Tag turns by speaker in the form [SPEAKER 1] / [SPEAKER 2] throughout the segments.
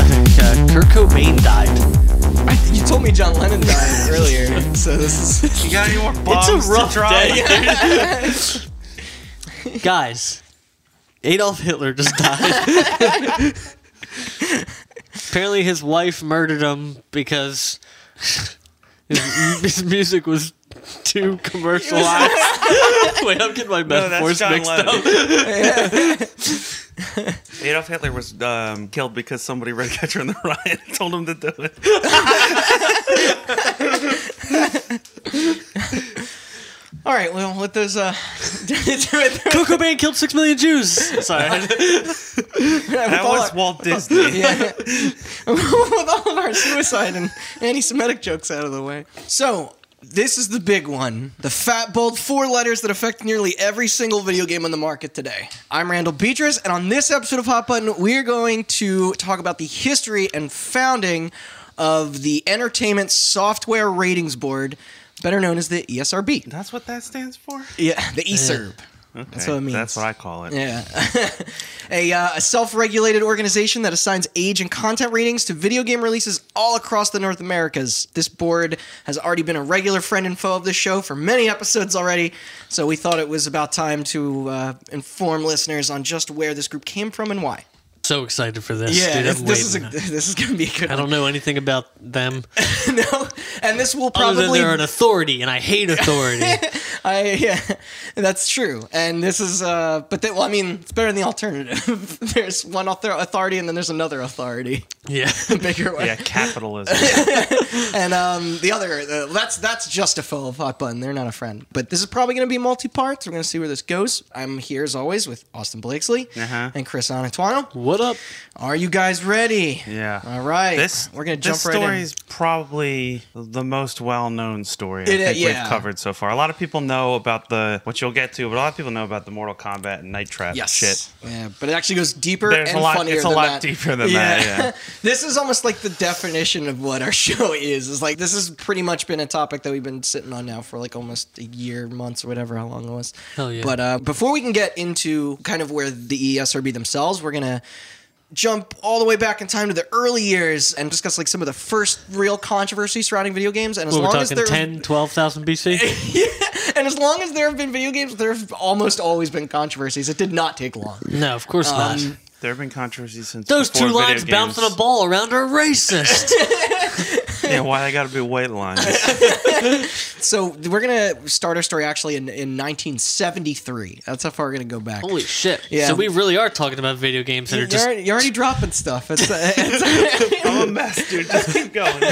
[SPEAKER 1] uh,
[SPEAKER 2] Cobain died. I, you told me John Lennon died earlier, so this is.
[SPEAKER 3] You got any more bombs
[SPEAKER 2] it's a rough
[SPEAKER 3] to try?
[SPEAKER 2] day.
[SPEAKER 1] Guys, Adolf Hitler just died. Apparently, his wife murdered him because his, his music was too commercialized. Wait, I'm getting my
[SPEAKER 3] No, that's
[SPEAKER 1] metaphors
[SPEAKER 3] John
[SPEAKER 1] mixed
[SPEAKER 3] Lennon.
[SPEAKER 1] up.
[SPEAKER 3] Adolf Hitler was um, killed because somebody read Catcher in the Rye and told him to do it.
[SPEAKER 2] All right, well, with those, uh, with
[SPEAKER 1] Kurt Cobain killed six million Jews. Sorry,
[SPEAKER 3] That
[SPEAKER 2] all
[SPEAKER 3] was
[SPEAKER 2] our-
[SPEAKER 3] Walt Disney.
[SPEAKER 2] yeah. with all of our suicide and anti-Semitic jokes out of the way. So this is the big one: the fat, bold four letters that affect nearly every single video game on the market today. I'm Randall Beatrice, and on this episode of Hot Button, we're going to talk about the history and founding of the Entertainment Software Ratings Board, better known as the E ESRB.
[SPEAKER 3] That's what that stands for?
[SPEAKER 2] Yeah, the ESRB.
[SPEAKER 3] Okay,
[SPEAKER 2] That's what it means.
[SPEAKER 3] That's what I call it.
[SPEAKER 2] Yeah. a, uh, a self regulated organization that assigns age and content ratings to video game releases all across the North Americas. This board has already been a regular friend and foe of this show for many episodes already, so we thought it was about time to uh, inform listeners on just where this group came from and why.
[SPEAKER 1] so excited for this.
[SPEAKER 2] Yeah,
[SPEAKER 1] dude,
[SPEAKER 2] this,
[SPEAKER 1] I'm
[SPEAKER 2] this is a,
[SPEAKER 1] waiting.
[SPEAKER 2] this is going to be a good
[SPEAKER 1] I don't know anything about them
[SPEAKER 2] one. no, and this will
[SPEAKER 1] other than
[SPEAKER 2] probably
[SPEAKER 1] they're an authority, and I hate authority.
[SPEAKER 2] I yeah, that's true. And this is uh, but that well, I mean, it's better than the alternative. there's one author- authority, and then there's another authority,
[SPEAKER 1] yeah,
[SPEAKER 2] the bigger one.
[SPEAKER 3] Yeah, capitalism.
[SPEAKER 2] And um, the other uh, that's that's just a foe of Hot Button. They're not a friend. But this is probably going to be multi-part. So we're going to see where this goes. I'm here as always with Austin Blakesley
[SPEAKER 3] Uh-huh.
[SPEAKER 2] and Chris Anatuano.
[SPEAKER 1] what up?
[SPEAKER 2] Are you guys ready?
[SPEAKER 3] Yeah.
[SPEAKER 2] All right.
[SPEAKER 3] This
[SPEAKER 2] we're going to
[SPEAKER 3] this
[SPEAKER 2] jump right
[SPEAKER 3] story
[SPEAKER 2] in.
[SPEAKER 3] is probably the most well-known story I
[SPEAKER 2] It-
[SPEAKER 3] think
[SPEAKER 2] yeah.
[SPEAKER 3] we've covered so far. A lot of people know about the what you'll get to, but a lot of people know about the Mortal Kombat and Night Trap
[SPEAKER 2] Yes.
[SPEAKER 3] shit.
[SPEAKER 2] Yeah, but it actually goes deeper
[SPEAKER 3] There's
[SPEAKER 2] and
[SPEAKER 3] a lot.
[SPEAKER 2] funnier
[SPEAKER 3] It's a
[SPEAKER 2] than
[SPEAKER 3] lot
[SPEAKER 2] that.
[SPEAKER 3] deeper than that. Yeah.
[SPEAKER 2] this is almost like the definition of what our show is. Is like this has pretty much been a topic that we've been sitting on now for like almost a year, months, or whatever how long it was.
[SPEAKER 1] Hell yeah.
[SPEAKER 2] But uh, before we can get into kind of where the E ESRB themselves, we're gonna jump all the way back in time to the early years and discuss like some of the first real controversy surrounding video games. And as
[SPEAKER 1] Well, we're
[SPEAKER 2] long as
[SPEAKER 1] talking
[SPEAKER 2] there
[SPEAKER 1] 10, 12,000 BC.
[SPEAKER 2] and as long as there have been video games, there have almost always been controversies. It did not take long.
[SPEAKER 1] No, of course not.
[SPEAKER 2] Um,
[SPEAKER 3] There have been controversies since
[SPEAKER 1] Those
[SPEAKER 3] before
[SPEAKER 1] two
[SPEAKER 3] video
[SPEAKER 1] lines
[SPEAKER 3] games.
[SPEAKER 1] bouncing a ball around are racist.
[SPEAKER 3] Yeah, why they got to be white lines?
[SPEAKER 2] So we're gonna start our story actually in, in 1973. That's how far we're gonna go back.
[SPEAKER 1] Holy shit.
[SPEAKER 2] Yeah.
[SPEAKER 1] So we really are talking about video games that
[SPEAKER 2] you're,
[SPEAKER 1] are just.
[SPEAKER 2] already, you're already dropping stuff. It's, it's-
[SPEAKER 3] I'm a mess, dude. Just keep going.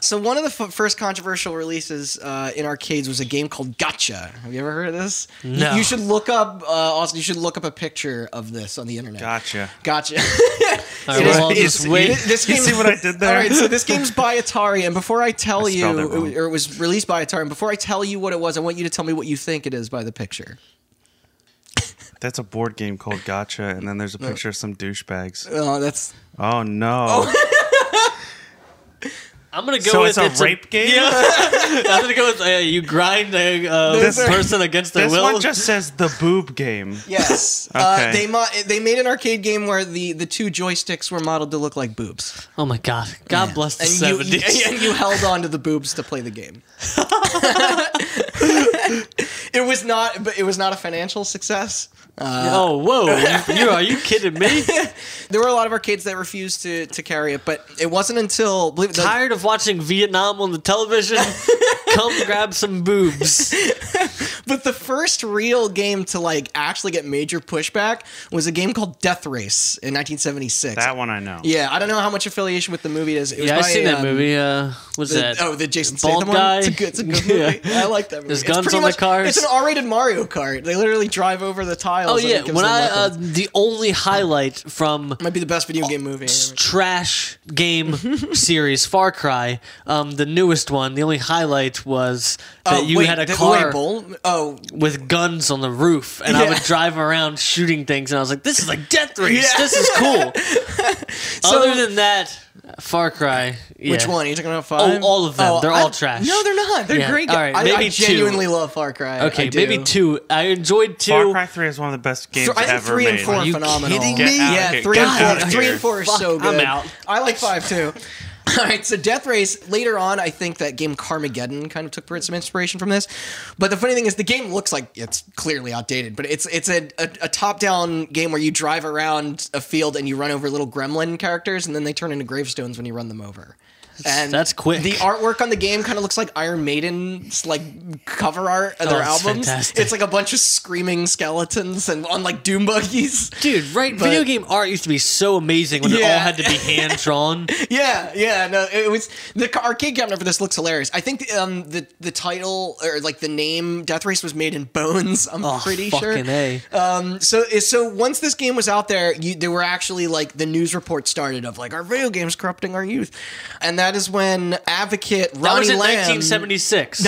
[SPEAKER 2] so one of the f- first controversial releases uh, in arcades was a game called Gotcha. Have you ever heard of this? You-
[SPEAKER 1] No.
[SPEAKER 2] You, should look up uh, Austin. You should look up a picture of this on the internet.
[SPEAKER 3] Gotcha.
[SPEAKER 2] Gotcha.
[SPEAKER 1] All right, well, I'll
[SPEAKER 3] It's-
[SPEAKER 1] just wait.
[SPEAKER 2] Th- this
[SPEAKER 3] You
[SPEAKER 2] game.
[SPEAKER 3] see what I did there?
[SPEAKER 2] All right, so this game's by Atari, and before I tell
[SPEAKER 3] I
[SPEAKER 2] you,
[SPEAKER 3] spelled it
[SPEAKER 2] it
[SPEAKER 3] wrong.
[SPEAKER 2] w- or it was released by Atari, and before I tell you what it was, I want you to tell me what you think it is by the picture.
[SPEAKER 3] That's a board game called Gotcha, and then there's a picture of some douchebags.
[SPEAKER 2] Oh, that's
[SPEAKER 3] Oh no!
[SPEAKER 1] I'm going to go
[SPEAKER 3] so
[SPEAKER 1] with.
[SPEAKER 3] it's a rape game.
[SPEAKER 1] I'm going to go with uh, you grind a uh,
[SPEAKER 2] This-
[SPEAKER 1] person against their
[SPEAKER 3] This
[SPEAKER 1] will.
[SPEAKER 3] one just says the boob game.
[SPEAKER 2] Yes. uh,
[SPEAKER 3] Okay.
[SPEAKER 2] they mo- they made an arcade game where the, the two joysticks were modeled to look like boobs.
[SPEAKER 1] oh my God. God bless the
[SPEAKER 2] And you,
[SPEAKER 1] 70s.
[SPEAKER 2] and you held on to the boobs to play the game. it was not but it was not a financial success. Uh,
[SPEAKER 1] oh, whoa. You, you- are you kidding me?
[SPEAKER 2] There were a lot of arcades that refused to, to carry it, but it wasn't until believe it, the,
[SPEAKER 1] Tired of watching Vietnam on the television? Come grab some boobs.
[SPEAKER 2] but the first real game to like actually get major pushback was a game called Death Race in 1976.
[SPEAKER 3] That one I know.
[SPEAKER 2] yeah, I don't know how much affiliation with the movie it is. It was
[SPEAKER 1] Yeah,
[SPEAKER 2] by,
[SPEAKER 1] I seen that
[SPEAKER 2] um,
[SPEAKER 1] movie. Uh, was
[SPEAKER 2] The-
[SPEAKER 1] that?
[SPEAKER 2] oh, the Jason
[SPEAKER 1] bald
[SPEAKER 2] Statham one. It's a
[SPEAKER 1] guy.
[SPEAKER 2] good, it's a good
[SPEAKER 1] Yeah.
[SPEAKER 2] movie. I like that movie.
[SPEAKER 1] There's
[SPEAKER 2] It's
[SPEAKER 1] guns
[SPEAKER 2] pretty
[SPEAKER 1] on the
[SPEAKER 2] much-
[SPEAKER 1] cars.
[SPEAKER 2] It's an R-rated Mario Kart. They literally drive over the tiles.
[SPEAKER 1] Oh
[SPEAKER 2] and it
[SPEAKER 1] yeah,
[SPEAKER 2] gives
[SPEAKER 1] when
[SPEAKER 2] them
[SPEAKER 1] I uh,
[SPEAKER 2] weapons.
[SPEAKER 1] the only highlight from
[SPEAKER 2] might be the best
[SPEAKER 1] Oh,
[SPEAKER 2] video game movie.
[SPEAKER 1] s- trash game series Far Cry, um, the newest one, the only highlight was that
[SPEAKER 2] Oh,
[SPEAKER 1] you
[SPEAKER 2] wait,
[SPEAKER 1] had a
[SPEAKER 2] the-
[SPEAKER 1] car
[SPEAKER 2] wait, Bull? Oh,
[SPEAKER 1] with guns on the roof, and I
[SPEAKER 2] Yeah.
[SPEAKER 1] would drive around shooting things, and I was like, "This is like Death Race.
[SPEAKER 2] Yeah.
[SPEAKER 1] This is cool."
[SPEAKER 2] So-
[SPEAKER 1] Other than that, Far Cry. yeah.
[SPEAKER 2] Which one? Are you talking about five?
[SPEAKER 1] Oh, all of them. They're all
[SPEAKER 2] I-
[SPEAKER 1] trash.
[SPEAKER 2] No, they're not. They're
[SPEAKER 1] Yeah.
[SPEAKER 2] great.
[SPEAKER 1] All
[SPEAKER 2] games.
[SPEAKER 1] right,
[SPEAKER 2] I,
[SPEAKER 1] maybe
[SPEAKER 2] I
[SPEAKER 1] two.
[SPEAKER 2] genuinely love Far Cry.
[SPEAKER 1] Okay,
[SPEAKER 2] I do.
[SPEAKER 1] maybe two. I enjoyed two.
[SPEAKER 3] Far Cry 3 is one of the best games
[SPEAKER 2] Th- I think
[SPEAKER 3] ever
[SPEAKER 2] three
[SPEAKER 3] made.
[SPEAKER 2] and four
[SPEAKER 1] Are
[SPEAKER 2] are
[SPEAKER 1] you
[SPEAKER 2] phenomenal.
[SPEAKER 1] kidding
[SPEAKER 3] Get me? out of
[SPEAKER 2] yeah,
[SPEAKER 3] here.
[SPEAKER 2] three
[SPEAKER 3] Get
[SPEAKER 2] and
[SPEAKER 3] out
[SPEAKER 2] four.
[SPEAKER 3] of
[SPEAKER 2] Three
[SPEAKER 3] here.
[SPEAKER 2] and four are
[SPEAKER 1] Fuck,
[SPEAKER 2] so
[SPEAKER 1] I'm
[SPEAKER 2] good.
[SPEAKER 1] out.
[SPEAKER 2] I like five too. All right, so Death Race. Later on, I think that game Carmageddon kind of took some inspiration from this. But the funny thing is, the game looks like it's clearly outdated. But it's it's a, a, a top-down game where you drive around a field and you run over little gremlin characters, and then they turn into gravestones when you run them over. And
[SPEAKER 1] that's quick.
[SPEAKER 2] The artwork on the game kind of looks like Iron Maiden's like cover art of their
[SPEAKER 1] Oh, it's
[SPEAKER 2] albums.
[SPEAKER 1] fantastic.
[SPEAKER 2] It's like a bunch of screaming skeletons and on like doom buggies.
[SPEAKER 1] Dude, right?
[SPEAKER 2] But-
[SPEAKER 1] video game art used to be so amazing when it
[SPEAKER 2] Yeah.
[SPEAKER 1] all had to be hand drawn.
[SPEAKER 2] Yeah, yeah, no, it was the ca- arcade cabinet for this looks hilarious. I think the, um the the title or like the name Death Race was made in bones. I'm
[SPEAKER 1] Oh,
[SPEAKER 2] pretty sure.
[SPEAKER 1] fucking A.
[SPEAKER 2] Um, so so once this game was out there, you, there were actually like the news report started of like our video games corrupting our youth, and that is when advocate
[SPEAKER 1] That
[SPEAKER 2] Ronnie
[SPEAKER 1] was in
[SPEAKER 2] Lamb,
[SPEAKER 1] 1976.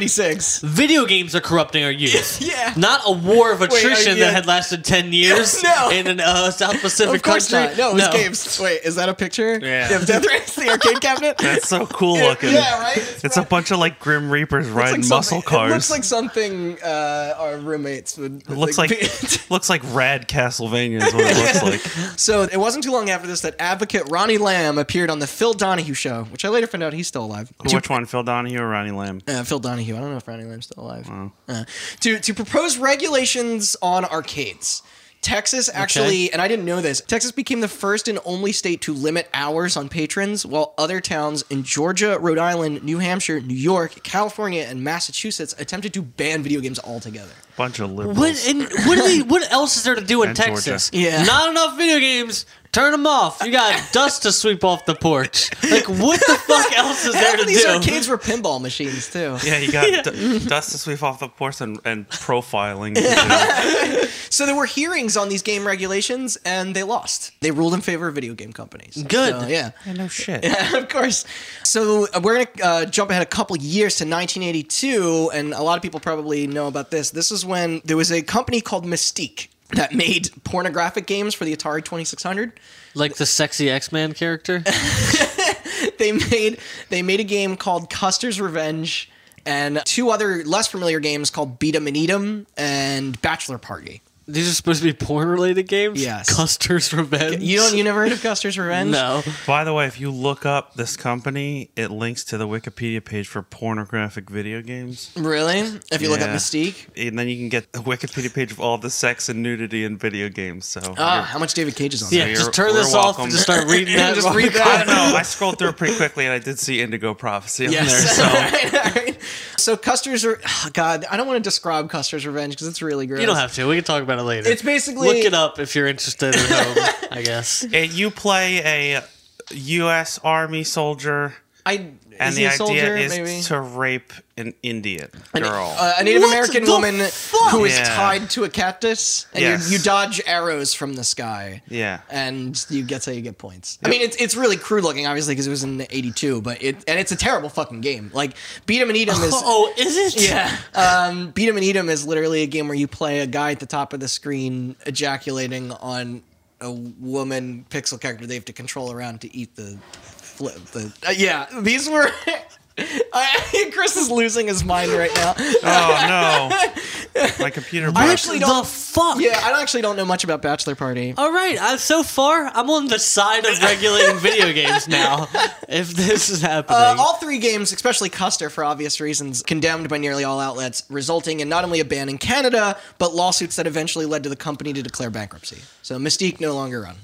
[SPEAKER 2] 1976.
[SPEAKER 1] Video games are corrupting our youth.
[SPEAKER 2] Yeah.
[SPEAKER 1] Not a war of attrition
[SPEAKER 2] yeah.
[SPEAKER 1] that had lasted 10 years
[SPEAKER 2] No.
[SPEAKER 1] in a uh, South Pacific
[SPEAKER 2] Of course
[SPEAKER 1] country.
[SPEAKER 2] not. No, it was games. Wait, is that a picture?
[SPEAKER 3] Yeah.
[SPEAKER 2] Of Death Race, the arcade cabinet.
[SPEAKER 3] That's so cool looking.
[SPEAKER 2] yeah, right.
[SPEAKER 3] It's a bunch of like Grim Reapers riding muscle
[SPEAKER 2] something-
[SPEAKER 3] cars.
[SPEAKER 2] It looks like something uh, our roommates would.
[SPEAKER 3] It looks like looks like rad Castlevania is what it looks like.
[SPEAKER 2] so it wasn't too long after this that advocate Ronnie Lamb appeared on the Phil Donahue show, which I later found out he's still alive. To-
[SPEAKER 3] Which one, Phil Donahue or Ronnie Lamb?
[SPEAKER 2] uh, Phil Donahue. I don't know if Ronnie Lamb's still alive. Uh, to to propose regulations on arcades. Texas actually, and I didn't know this. Texas became the first and only state to limit hours on patrons, while other towns in Georgia, Rhode Island, New Hampshire, New York, California, and Massachusetts attempted to ban video games altogether.
[SPEAKER 3] Bunch of liberals.
[SPEAKER 1] What, and what, are they, what else is there to do in
[SPEAKER 3] And Georgia.
[SPEAKER 1] Texas?
[SPEAKER 2] Yeah.
[SPEAKER 1] Not enough video games. Turn them off. You got dust to sweep off the porch. Like, what the fuck else is there
[SPEAKER 2] Half
[SPEAKER 1] to
[SPEAKER 2] of these
[SPEAKER 1] do?
[SPEAKER 2] arcades were pinball machines too.
[SPEAKER 3] Yeah, you got d- dust to sweep off the porch and, and profiling. Yeah.
[SPEAKER 2] So there were hearings on these game regulations, and they lost. They ruled in favor of video game companies.
[SPEAKER 1] Good.
[SPEAKER 2] So, yeah.
[SPEAKER 3] no shit.
[SPEAKER 2] Yeah, of course. So uh, we're gonna uh, jump ahead a couple years to 1982, and a lot of people probably know about this. This is when there was a company called Mystique that made pornographic games for the Atari 2600.
[SPEAKER 1] Like the sexy X-Man character?
[SPEAKER 2] they made they made a game called Custer's Revenge and two other less familiar games called Beat 'em and Eat 'em and Bachelor Party.
[SPEAKER 1] These are supposed to be porn-related games?
[SPEAKER 2] Yes.
[SPEAKER 1] Custer's Revenge?
[SPEAKER 2] You don't you never heard of Custer's Revenge?
[SPEAKER 1] No.
[SPEAKER 3] By the way, if you look up this company, it links to the Wikipedia page for pornographic video games.
[SPEAKER 2] Really? If you look up
[SPEAKER 3] Yeah.
[SPEAKER 2] Mystique.
[SPEAKER 3] And then you can get the Wikipedia page of all the sex and nudity in video games. So
[SPEAKER 2] Ah, how much David Cage is on
[SPEAKER 1] Yeah,
[SPEAKER 2] there.
[SPEAKER 1] just
[SPEAKER 3] you're-
[SPEAKER 1] turn this
[SPEAKER 3] we're
[SPEAKER 1] off and
[SPEAKER 3] welcome.
[SPEAKER 1] just start reading that.
[SPEAKER 2] Just read
[SPEAKER 3] I
[SPEAKER 2] that.
[SPEAKER 3] don't know. I scrolled through it pretty quickly, and I did see Indigo Prophecy on
[SPEAKER 2] Yes.
[SPEAKER 3] there. So
[SPEAKER 2] All right, all right. So Custer's, Re- oh, God, I don't want to describe Custer's Revenge because it's really gross.
[SPEAKER 1] You don't have to. We can talk about it later.
[SPEAKER 2] It's basically
[SPEAKER 1] Look it up if you're interested at home, I guess.
[SPEAKER 3] And you play a U.S. Army soldier,
[SPEAKER 2] I,
[SPEAKER 3] and
[SPEAKER 2] is
[SPEAKER 3] the
[SPEAKER 2] he a
[SPEAKER 3] idea
[SPEAKER 2] soldier?
[SPEAKER 3] is
[SPEAKER 2] maybe
[SPEAKER 3] to rape an Indian
[SPEAKER 2] An-
[SPEAKER 3] girl.
[SPEAKER 2] uh, a Native
[SPEAKER 1] What
[SPEAKER 2] American
[SPEAKER 1] the
[SPEAKER 2] woman
[SPEAKER 1] fuck?
[SPEAKER 2] who is
[SPEAKER 3] Yeah.
[SPEAKER 2] tied to a cactus, and you-
[SPEAKER 3] Yes.
[SPEAKER 2] you, dodge arrows from the sky.
[SPEAKER 3] yeah,
[SPEAKER 2] And you get how you get points. I mean, it's it's really crude looking, obviously, because it was in '82, but it and it's a terrible fucking game. Like, beat 'em and eat 'em is
[SPEAKER 1] Oh, is it?
[SPEAKER 2] Yeah. Um, Beat 'em and Eat 'em is literally a game where you play a guy at the top of the screen ejaculating on a woman pixel character they have to control around to eat the flip. The, uh, yeah, these were. I, Chris is losing his mind right now.
[SPEAKER 3] Oh no, my computer.
[SPEAKER 1] What
[SPEAKER 2] I
[SPEAKER 3] broke.
[SPEAKER 2] actually
[SPEAKER 1] the
[SPEAKER 2] don't-
[SPEAKER 1] fuck?
[SPEAKER 2] Yeah, I actually don't know much about Bachelor Party.
[SPEAKER 1] All right. I, so far, I'm on the side of regulating video games now. If this is happening,
[SPEAKER 2] Uh, all three games, especially Custer, for obvious reasons, condemned by nearly all outlets, resulting in not only a ban in Canada, but lawsuits that eventually led to the company to declare bankruptcy. So Mystique no longer run.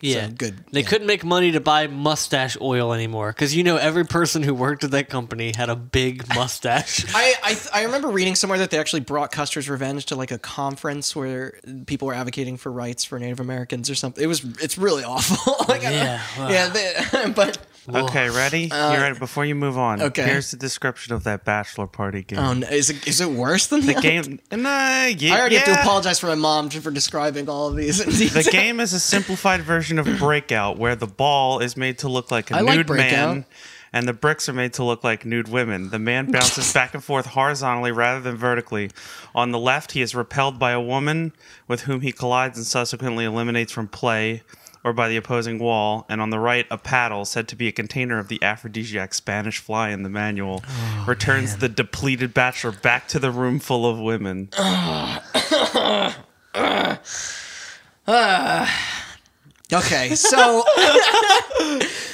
[SPEAKER 1] yeah,
[SPEAKER 2] so good,
[SPEAKER 1] They
[SPEAKER 2] yeah.
[SPEAKER 1] couldn't make money to buy mustache oil anymore because you know every person who worked at that company had a big mustache.
[SPEAKER 2] I, I th- I remember reading somewhere that they actually brought Custer's Revenge to like a conference where people were advocating for rights for Native Americans or something. It was it's really awful. like, I don't-
[SPEAKER 1] Yeah, wow.
[SPEAKER 2] yeah, they, but
[SPEAKER 3] Okay, ready? you ready? Before you move on,
[SPEAKER 2] Uh, okay.
[SPEAKER 3] here's the description of that bachelor party game.
[SPEAKER 2] oh, no, is it is it worse than the,
[SPEAKER 3] the game. Nah, yeah,
[SPEAKER 2] I already have to
[SPEAKER 3] yeah.
[SPEAKER 2] apologize for my mom for describing all of these. in
[SPEAKER 3] The
[SPEAKER 2] detail.
[SPEAKER 3] game is a simplified version of Breakout, where the ball is made to look like a
[SPEAKER 2] I like
[SPEAKER 3] nude man,
[SPEAKER 2] Breakout.
[SPEAKER 3] and the bricks are made to look like nude women. The man bounces back and forth horizontally rather than vertically. On the left, he is repelled by a woman with whom he collides and subsequently eliminates from play. or by the opposing wall, and on the right, a paddle said to be a container of the aphrodisiac Spanish fly in the manual
[SPEAKER 2] Oh,
[SPEAKER 3] returns the depleted bachelor back to the room full of women.
[SPEAKER 2] Okay, so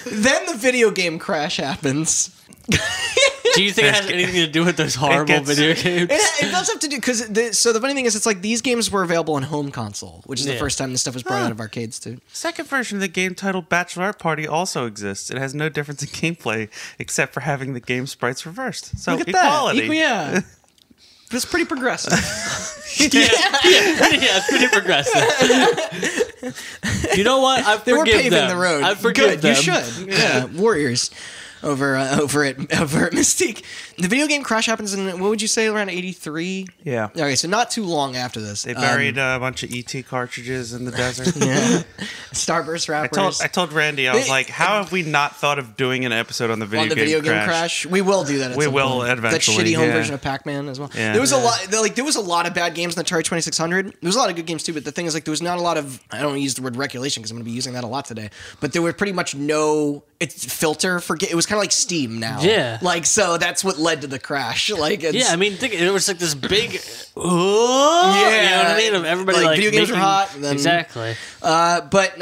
[SPEAKER 2] then the video game crash happens.
[SPEAKER 1] Do you think it has anything to do with those horrible
[SPEAKER 3] gets-
[SPEAKER 1] video games?
[SPEAKER 2] It, it does have to do because the, so the funny thing is, it's like these games were available on home console, which is the
[SPEAKER 1] Yeah.
[SPEAKER 2] first time this stuff was brought out of arcades too.
[SPEAKER 3] Second version of the game titled Bachelorette Party also exists. It has no difference in gameplay except for having the game sprites reversed. So
[SPEAKER 2] Look at
[SPEAKER 3] equality.
[SPEAKER 2] that, Equ- yeah. It's pretty progressive.
[SPEAKER 1] yeah, yeah, yeah, it's pretty progressive. you know what? I forgive
[SPEAKER 2] They were paving
[SPEAKER 1] them.
[SPEAKER 2] the road.
[SPEAKER 1] I forgive them.
[SPEAKER 2] Good, You should. Yeah, warriors over uh, over at over at Mystique. The video game crash happens in what would you say around eighty three?
[SPEAKER 3] Yeah.
[SPEAKER 2] Okay, so not too long after this,
[SPEAKER 3] They
[SPEAKER 2] Um,
[SPEAKER 3] buried uh, a bunch of ET cartridges in the desert.
[SPEAKER 2] Starburst
[SPEAKER 3] I
[SPEAKER 2] rappers.
[SPEAKER 3] told I told Randy I was
[SPEAKER 2] They-
[SPEAKER 3] like, how have we not thought of doing an episode on the video
[SPEAKER 2] on the
[SPEAKER 3] game
[SPEAKER 2] video game
[SPEAKER 3] crash?
[SPEAKER 2] crash. We will do that. At
[SPEAKER 3] We
[SPEAKER 2] some
[SPEAKER 3] will
[SPEAKER 2] point.
[SPEAKER 3] eventually,
[SPEAKER 2] That shitty home
[SPEAKER 3] yeah.
[SPEAKER 2] version of Pac-Man as well.
[SPEAKER 3] Yeah.
[SPEAKER 2] There was a
[SPEAKER 3] Yeah.
[SPEAKER 2] lot. there- Like there was a lot of bad games in the Atari 2600. There was a lot of good games too, but the thing is, like, there was not a lot of. I don't use the word regulation because I'm going to be using that a lot today. But there were pretty much no it's filter for. ga- It was kind of like Steam now.
[SPEAKER 1] Yeah.
[SPEAKER 2] Like so, that's what led to the crash. Like it's,
[SPEAKER 1] Yeah, I mean, think it was like this big. Oh, yeah, you know what I mean. Of everybody
[SPEAKER 2] Like,
[SPEAKER 1] like,
[SPEAKER 2] video games are
[SPEAKER 1] making-
[SPEAKER 2] hot, and then-
[SPEAKER 1] exactly.
[SPEAKER 2] Uh, but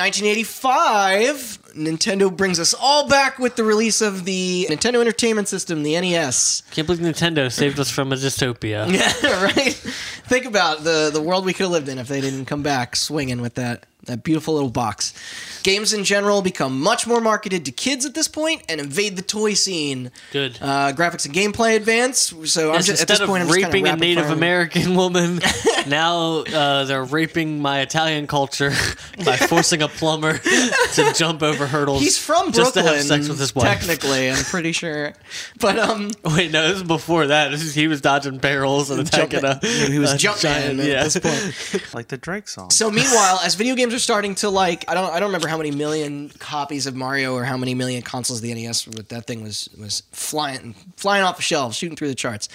[SPEAKER 2] 1985, Nintendo brings us all back with the release of the Nintendo Entertainment System, the E NES.
[SPEAKER 1] Can't believe Nintendo saved us from a dystopia.
[SPEAKER 2] Yeah, right. Think about the the world we could have lived in if they didn't come back swinging with that that beautiful little box. Games in general become much more marketed to kids at this point and invade the toy scene.
[SPEAKER 1] Good.
[SPEAKER 2] Uh, graphics and gameplay advance. So I'm
[SPEAKER 1] Yes,
[SPEAKER 2] just,
[SPEAKER 1] instead
[SPEAKER 2] at this point,
[SPEAKER 1] of
[SPEAKER 2] I'm just
[SPEAKER 1] raping
[SPEAKER 2] kind
[SPEAKER 1] a
[SPEAKER 2] of
[SPEAKER 1] Native American woman, now uh, they're raping my Italian culture by forcing a plumber to jump over hurdles.
[SPEAKER 2] He's from Brooklyn.
[SPEAKER 1] just to have sex with his wife.
[SPEAKER 2] Technically, I'm pretty sure. But um,
[SPEAKER 1] Wait, no, this is before that. This is, he was dodging barrels and attacking
[SPEAKER 2] jumping,
[SPEAKER 1] a.
[SPEAKER 2] he was
[SPEAKER 1] a
[SPEAKER 2] jumping
[SPEAKER 1] giant-
[SPEAKER 2] at
[SPEAKER 1] yeah.
[SPEAKER 2] this point.
[SPEAKER 3] Like the Drake song.
[SPEAKER 2] So meanwhile, as video games are starting to like, I don't, I don't remember how many million copies of Mario or how many million consoles of the NES, but that thing was was flying, flying off the shelves, shooting through the charts.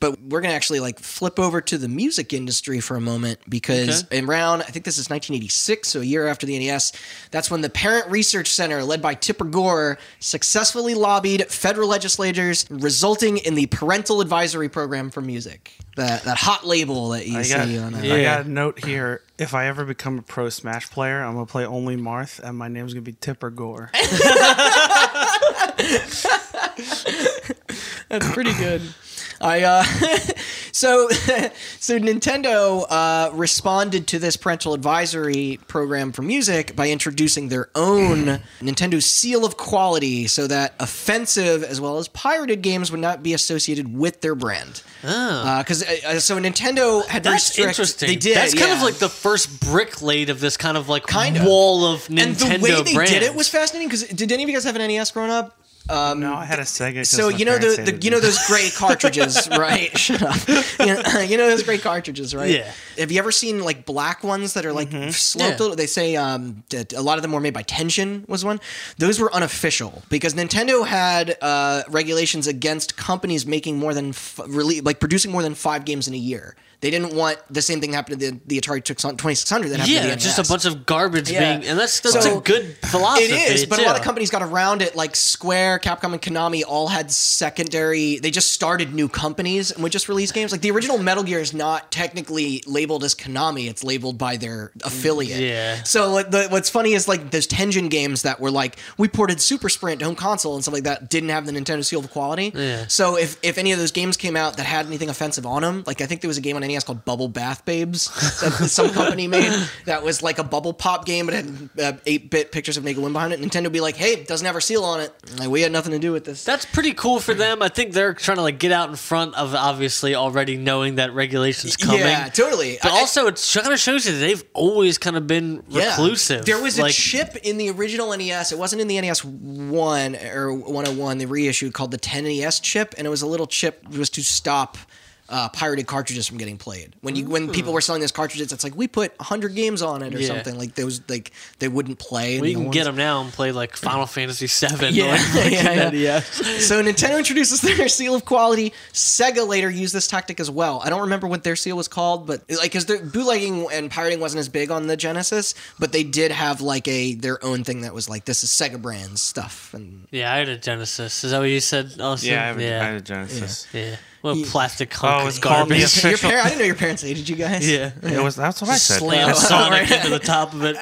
[SPEAKER 2] But we're gonna actually like flip over to the music industry for a moment because
[SPEAKER 1] Okay.
[SPEAKER 2] around, I think this is 1986, so a year after the NES, that's when the Parent Research Center, led by Tipper Gore, successfully lobbied federal legislators, resulting in the Parental Advisory Program for Music, that that hot label that you
[SPEAKER 3] I
[SPEAKER 2] see on.
[SPEAKER 3] got,
[SPEAKER 2] uh, a-
[SPEAKER 3] I
[SPEAKER 1] Yeah.
[SPEAKER 3] got a note here. If I ever become a pro Smash player, I'm gonna play only Marth, and my name's gonna be Tipper Gore.
[SPEAKER 2] That's pretty good. I uh, so so Nintendo uh, responded to this parental advisory program for music by introducing their own Nintendo seal of quality, so that offensive as well as pirated games would not be associated with their brand. Because uh, so Nintendo had
[SPEAKER 1] Oh. That's
[SPEAKER 2] restrict-
[SPEAKER 1] interesting.
[SPEAKER 2] They did.
[SPEAKER 1] That's kind of
[SPEAKER 2] yeah.
[SPEAKER 1] like the first brick laid of this kind of like
[SPEAKER 2] Kind of.
[SPEAKER 1] wall of Nintendo
[SPEAKER 2] and the way they
[SPEAKER 1] brands.
[SPEAKER 2] did it was fascinating. Because did any of you guys have an NES growing up? Um,
[SPEAKER 3] no, I had a Sega. 'cause
[SPEAKER 2] So
[SPEAKER 3] my
[SPEAKER 2] you know
[SPEAKER 3] parents
[SPEAKER 2] the, the
[SPEAKER 3] hated
[SPEAKER 2] you know
[SPEAKER 3] me.
[SPEAKER 2] those gray cartridges, right? Shut up. You know, you know those gray cartridges, right?
[SPEAKER 1] Yeah. Mm-hmm.
[SPEAKER 2] Have you ever seen like black ones that are like sloped?
[SPEAKER 1] Yeah.
[SPEAKER 2] a little They say um, that a lot of them were made by Tension was one. Those were unofficial because Nintendo had uh, regulations against companies making more than f- really like producing more than five games in a year. They didn't want the same thing to happen to the, the Atari 2600 that happened to
[SPEAKER 1] Yeah,
[SPEAKER 2] the E
[SPEAKER 1] just
[SPEAKER 2] NES.
[SPEAKER 1] a bunch of garbage
[SPEAKER 2] Yeah.
[SPEAKER 1] being, and that's that's
[SPEAKER 2] So-
[SPEAKER 1] a good philosophy.
[SPEAKER 2] It is, but
[SPEAKER 1] too.
[SPEAKER 2] a lot of companies got around it. Like Square, Capcom, and Konami all had secondary. They just started new companies and would just release games. Like the original Metal Gear is not technically labeled as Konami; it's labeled by their affiliate.
[SPEAKER 1] Yeah.
[SPEAKER 2] So like, the, what's funny is like those Tengen games that were like we ported Super Sprint to home console and stuff like that didn't have the Nintendo seal of quality.
[SPEAKER 1] Yeah.
[SPEAKER 2] So if if any of those games came out that had anything offensive on them, like I think there was a game on NES called Bubble Bath Babes that some company made that was like a bubble pop game, but had eight bit pictures of naked women behind it. Nintendo would be like, hey, it doesn't have our seal on it. Like we had nothing to do with this.
[SPEAKER 1] That's pretty cool for them. I think they're trying to like get out in front of obviously already knowing that regulations coming.
[SPEAKER 2] Yeah, totally.
[SPEAKER 1] But
[SPEAKER 2] I-
[SPEAKER 1] also, it kind of shows you that they've always kind of been reclusive.
[SPEAKER 2] There was a
[SPEAKER 1] like,
[SPEAKER 2] chip in the original NES. It wasn't in the NES one E or 101, the reissue called the 10NES chip, and it was a little chip that was to stop. uh, pirated cartridges from getting played. When you when people were selling those cartridges, it's like we put hundred games on it or
[SPEAKER 1] Hmm. Yeah.
[SPEAKER 2] something. Like those like they wouldn't play.
[SPEAKER 1] Well, you
[SPEAKER 2] and the
[SPEAKER 1] can get
[SPEAKER 2] ones-
[SPEAKER 1] them now and play like Final Fantasy VII.
[SPEAKER 2] Yeah,
[SPEAKER 1] like, fucking
[SPEAKER 2] yeah, yeah.
[SPEAKER 1] NES.
[SPEAKER 2] So Nintendo introduces their seal of quality. Sega later used this tactic as well. I don't remember what their seal was called, but like because bootlegging and pirating wasn't as big on the Genesis, but they did have like a their own thing that was like this is Sega brands stuff and
[SPEAKER 1] Yeah, I had a Genesis. Is that what you said? Also?
[SPEAKER 3] Yeah, I have,
[SPEAKER 1] yeah.
[SPEAKER 3] I have a Genesis.
[SPEAKER 1] yeah. What plastic hunk
[SPEAKER 3] Oh,
[SPEAKER 1] is
[SPEAKER 3] it's called the
[SPEAKER 1] garbage?
[SPEAKER 2] your
[SPEAKER 3] official.
[SPEAKER 2] par- I didn't know your parents hated you guys.
[SPEAKER 1] Yeah.
[SPEAKER 3] It was that's what I said.
[SPEAKER 1] Slam
[SPEAKER 2] slam-
[SPEAKER 1] Sonic
[SPEAKER 2] Alright.
[SPEAKER 1] into the top of it.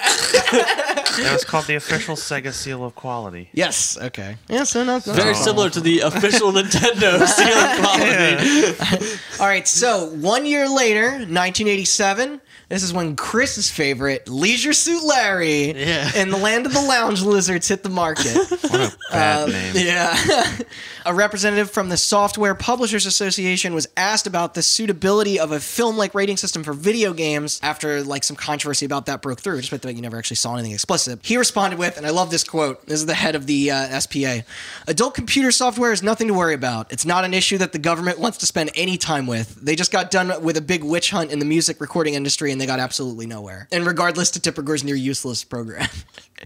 [SPEAKER 3] It was called the official Sega Seal of Quality.
[SPEAKER 2] Yes. Okay. Yeah. So not
[SPEAKER 1] Very similar to the official Nintendo seal of quality.
[SPEAKER 2] All right, so one year later, 1987, this is when Chris's favorite, Leisure Suit Larry,
[SPEAKER 1] Yeah.
[SPEAKER 2] and the Land of the Lounge Lizards hit the market.
[SPEAKER 3] What a bad
[SPEAKER 2] Um,
[SPEAKER 3] name.
[SPEAKER 2] yeah. a representative from the Software Publishers Association was asked about the suitability of a film-like rating system for video games after like some controversy about that broke through, despite the fact you never actually saw anything explicit. He responded with, and I love this quote. This is the head of the uh, SPA. Adult computer software is nothing to worry about. It's not an issue that the government wants to spend any time with. They just got done with a big witch hunt in the music recording industry, and they got absolutely nowhere. And regardless to Tipper Gore's near useless program.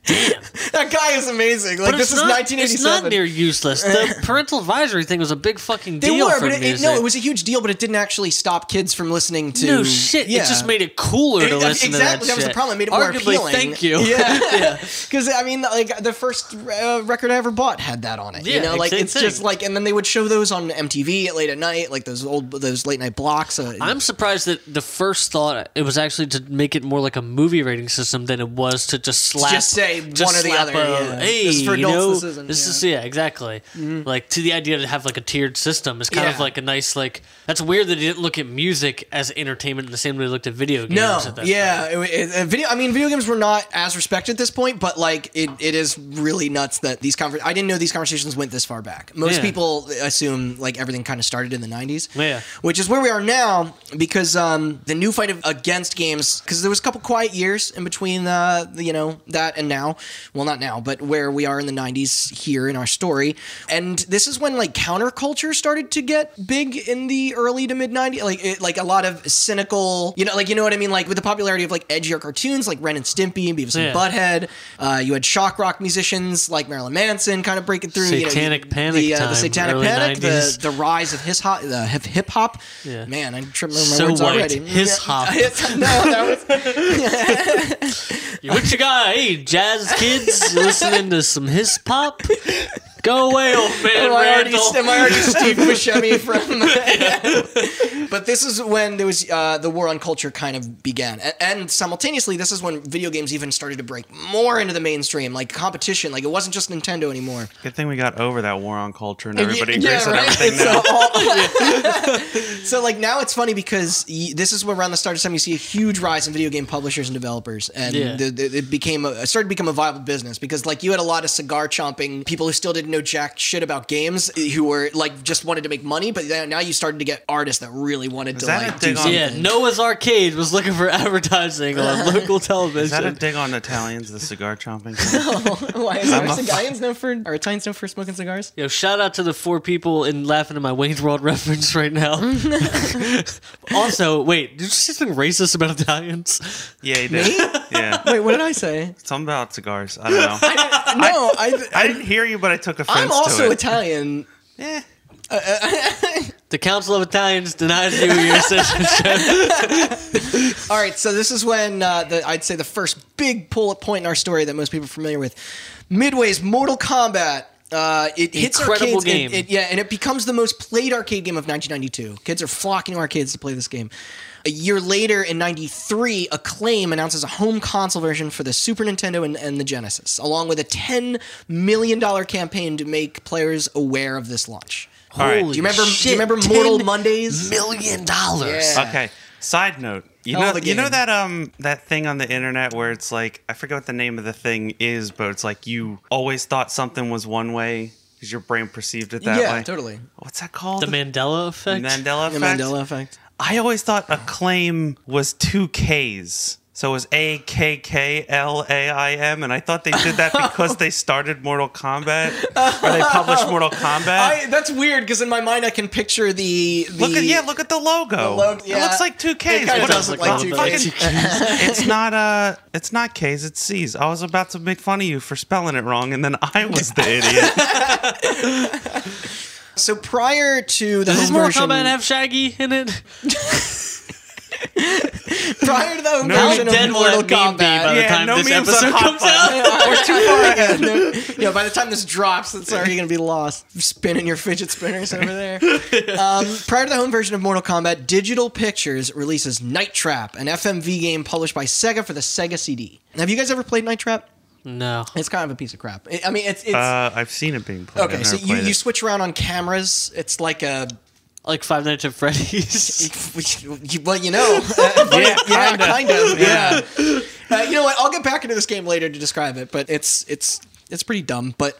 [SPEAKER 2] that guy is amazing. Like
[SPEAKER 1] But
[SPEAKER 2] this
[SPEAKER 1] it's
[SPEAKER 2] is
[SPEAKER 1] not,
[SPEAKER 2] 1987.
[SPEAKER 1] It's not near useless. The parental advisory thing was a big fucking
[SPEAKER 2] They
[SPEAKER 1] deal
[SPEAKER 2] were,
[SPEAKER 1] for
[SPEAKER 2] but it, it-
[SPEAKER 1] music.
[SPEAKER 2] no, it was a huge deal, but it didn't actually stop kids from listening to.
[SPEAKER 1] no shit. It just made it cooler to
[SPEAKER 2] It-
[SPEAKER 1] listen
[SPEAKER 2] exactly,
[SPEAKER 1] to that
[SPEAKER 2] that was the
[SPEAKER 1] shit.
[SPEAKER 2] problem. It made it more
[SPEAKER 1] Arguably,
[SPEAKER 2] appealing.
[SPEAKER 1] thank you.
[SPEAKER 2] Yeah.
[SPEAKER 1] yeah.
[SPEAKER 2] because I mean, like the first uh, record I ever bought had that on it. you
[SPEAKER 1] Yeah,
[SPEAKER 2] know, like
[SPEAKER 1] same
[SPEAKER 2] it's
[SPEAKER 1] thing.
[SPEAKER 2] just like, and then they would show those on MTV at late at night, like those old those late night blocks. Uh,
[SPEAKER 1] I'm surprised that the first thought it was actually to make it more like a movie rating system than it was to just slap
[SPEAKER 2] Just say one or the
[SPEAKER 1] slap
[SPEAKER 2] other,
[SPEAKER 1] a,
[SPEAKER 2] yeah.
[SPEAKER 1] Hey,
[SPEAKER 2] This is for
[SPEAKER 1] you
[SPEAKER 2] adults,
[SPEAKER 1] know,
[SPEAKER 2] this isn't,
[SPEAKER 1] this
[SPEAKER 2] yeah."
[SPEAKER 1] is
[SPEAKER 2] Mm-hmm.
[SPEAKER 1] yeah, exactly. Like to the idea to have like a tiered system is kind of
[SPEAKER 2] Yeah.
[SPEAKER 1] like a nice like. That's weird that he didn't look at music as entertainment in the same way he looked at video games.
[SPEAKER 2] no,
[SPEAKER 1] at that
[SPEAKER 2] yeah, it, it- uh, video. I mean, video games were not as respected at this point, but like it, it is really nuts that these conver- I didn't know these conversations went this far back. Most
[SPEAKER 1] Yeah.
[SPEAKER 2] people assume like everything kind of started in the '90s.
[SPEAKER 1] Yeah.
[SPEAKER 2] which is where we are now because um, the new fight of, against games because there was a couple quiet years in between uh, you know that and now well not now but where we are in the 90s here in our story and this is when like counterculture started to get big in the early to mid 90s like it, like a lot of cynical you know like you know what I mean like with the popularity of like edgier cartoons like Ren and Stimpy and Beavis
[SPEAKER 1] Yeah.
[SPEAKER 2] and Butthead uh, you had shock rock musicians like Marilyn Manson kind of breaking through you know,
[SPEAKER 1] Satanic
[SPEAKER 2] the,
[SPEAKER 1] Panic
[SPEAKER 2] the,
[SPEAKER 1] time,
[SPEAKER 2] the satanic
[SPEAKER 1] early
[SPEAKER 2] panic the,
[SPEAKER 1] 90s.
[SPEAKER 2] the rise of his hop, the hip hop.
[SPEAKER 1] Yeah.
[SPEAKER 2] Man, I'm tripping over my
[SPEAKER 1] So
[SPEAKER 2] words
[SPEAKER 1] white.
[SPEAKER 2] already. Mm-hmm.
[SPEAKER 1] His
[SPEAKER 2] Yeah.
[SPEAKER 1] hop.
[SPEAKER 2] His- no, that was
[SPEAKER 1] stuff. What you got? Hey, jazz kids, you listening to some his pop? Go away, old man
[SPEAKER 2] am I already,
[SPEAKER 1] Randall.
[SPEAKER 2] am I already Steve Buscemi from? but this is when there was uh, the war on culture kind of began, and, and simultaneously, this is when video games even started to break more into the mainstream, like competition. Like it wasn't just Nintendo anymore.
[SPEAKER 3] Good thing we got over that war on culture and everybody
[SPEAKER 2] Yeah, yeah,
[SPEAKER 3] agrees on
[SPEAKER 2] right?
[SPEAKER 3] everything
[SPEAKER 2] It's
[SPEAKER 3] now.
[SPEAKER 2] all- so like now it's funny because y- this is where around the start of time you see a huge rise in video game publishers and developers, and
[SPEAKER 1] Yeah.
[SPEAKER 2] the, the, it became a, it started to become a viable business because like you had a lot of cigar chomping people who still didn't know jack shit about games eh, who were like just wanted to make money, but then, now you started to get artists that really wanted to
[SPEAKER 3] that a
[SPEAKER 2] like
[SPEAKER 3] dig
[SPEAKER 2] do
[SPEAKER 3] on-
[SPEAKER 1] Yeah, Noah's Arcade was looking for advertising on local television.
[SPEAKER 3] Is that a dig on Italians, the cigar chomping?
[SPEAKER 2] Why is there
[SPEAKER 3] a-
[SPEAKER 2] Italians known for are Italians known for smoking cigars?
[SPEAKER 1] Yo, shout out to the four people in laughing at my Wayne's World reference right now. also, wait, did you say something racist about Italians?
[SPEAKER 3] yeah, he did. Yeah.
[SPEAKER 2] Wait, what did I say?
[SPEAKER 3] Something about cigars. I don't know.
[SPEAKER 2] No, I.
[SPEAKER 3] I didn't hear you, but I took offense
[SPEAKER 2] I'm also
[SPEAKER 3] to it.
[SPEAKER 2] Italian.
[SPEAKER 3] Eh.
[SPEAKER 1] The Council of Italians denies you your citizenship.
[SPEAKER 2] All right, so this is when uh, the, I'd say the first big bullet point in our story that most people are familiar with. Midway's Mortal Kombat. Uh, it hits
[SPEAKER 1] Incredible
[SPEAKER 2] arcades, and-
[SPEAKER 1] game.
[SPEAKER 2] it- yeah, and it becomes the most played arcade game of 1992. Kids are flocking to arcades to play this game. A year later, in '93, Acclaim announces a home console version for the Super Nintendo and, and the Genesis, along with a 10 million dollar campaign to make players aware of this launch.
[SPEAKER 3] All right.
[SPEAKER 2] Do you remember? do you remember Mortal Mondays?
[SPEAKER 1] Million dollars.
[SPEAKER 2] Yeah.
[SPEAKER 3] Okay. Side note. You
[SPEAKER 2] Hell
[SPEAKER 3] know,
[SPEAKER 2] of a
[SPEAKER 3] you know
[SPEAKER 2] game.
[SPEAKER 3] that um that thing on the internet where it's like I forget what the name of the thing is, but it's like you always thought something was one way because your brain perceived it that
[SPEAKER 2] yeah,
[SPEAKER 3] way.
[SPEAKER 2] totally.
[SPEAKER 3] What's that called?
[SPEAKER 1] The Mandela effect.
[SPEAKER 3] Mandela
[SPEAKER 2] The
[SPEAKER 3] effect.
[SPEAKER 2] Mandela effect.
[SPEAKER 3] I always thought acclaim was two K's. So it was A K K L A I M, and I thought they did that because they started Mortal Kombat or they published Mortal Kombat.
[SPEAKER 2] I, that's weird because in my mind I can picture the, the
[SPEAKER 3] look at yeah, look at the logo.
[SPEAKER 2] logo-
[SPEAKER 3] It
[SPEAKER 2] yeah.
[SPEAKER 3] looks like two Ks.
[SPEAKER 2] It kinda
[SPEAKER 3] What
[SPEAKER 2] does
[SPEAKER 3] a-
[SPEAKER 2] look like
[SPEAKER 3] a
[SPEAKER 2] two
[SPEAKER 3] fucking-
[SPEAKER 2] Ks.
[SPEAKER 3] it's not uh it's not K's, it's C's. I was about to make fun of you for spelling it wrong, and then I was the idiot.
[SPEAKER 2] So prior to the
[SPEAKER 1] Does this
[SPEAKER 2] home
[SPEAKER 1] Mortal
[SPEAKER 2] version,
[SPEAKER 1] Kombat have Shaggy in it?
[SPEAKER 2] prior to the home
[SPEAKER 3] No,
[SPEAKER 2] version of
[SPEAKER 1] dead will that
[SPEAKER 2] Mortal
[SPEAKER 1] meme be
[SPEAKER 2] Kombat,
[SPEAKER 1] by the
[SPEAKER 3] Yeah,
[SPEAKER 1] time
[SPEAKER 3] no
[SPEAKER 1] this
[SPEAKER 3] memes
[SPEAKER 1] episode
[SPEAKER 3] on Hot
[SPEAKER 1] comes
[SPEAKER 3] Button.
[SPEAKER 1] out.
[SPEAKER 2] we're too far ahead. No, you know, by the time this drops, it's already going to be lost. Spinning your fidget spinners over there. Um, prior to the home version of Mortal Kombat, Digital Pictures releases Night Trap, an FMV game published by Sega for the Sega CD. Have you guys ever played Night Trap?
[SPEAKER 1] No.
[SPEAKER 2] It's kind of a piece of crap. I- I mean, it's it's
[SPEAKER 3] Uh, I've seen it being played.
[SPEAKER 2] okay.
[SPEAKER 3] I've
[SPEAKER 2] So
[SPEAKER 3] never
[SPEAKER 2] you,
[SPEAKER 3] played
[SPEAKER 2] you
[SPEAKER 3] it.
[SPEAKER 2] switch around on cameras. It's like a
[SPEAKER 1] Like Five Nights at Freddy's.
[SPEAKER 2] well, you know, yeah, yeah, kind of, yeah. Uh, you know what? I'll get back into this game later to describe it, but it's it's it's pretty dumb, but.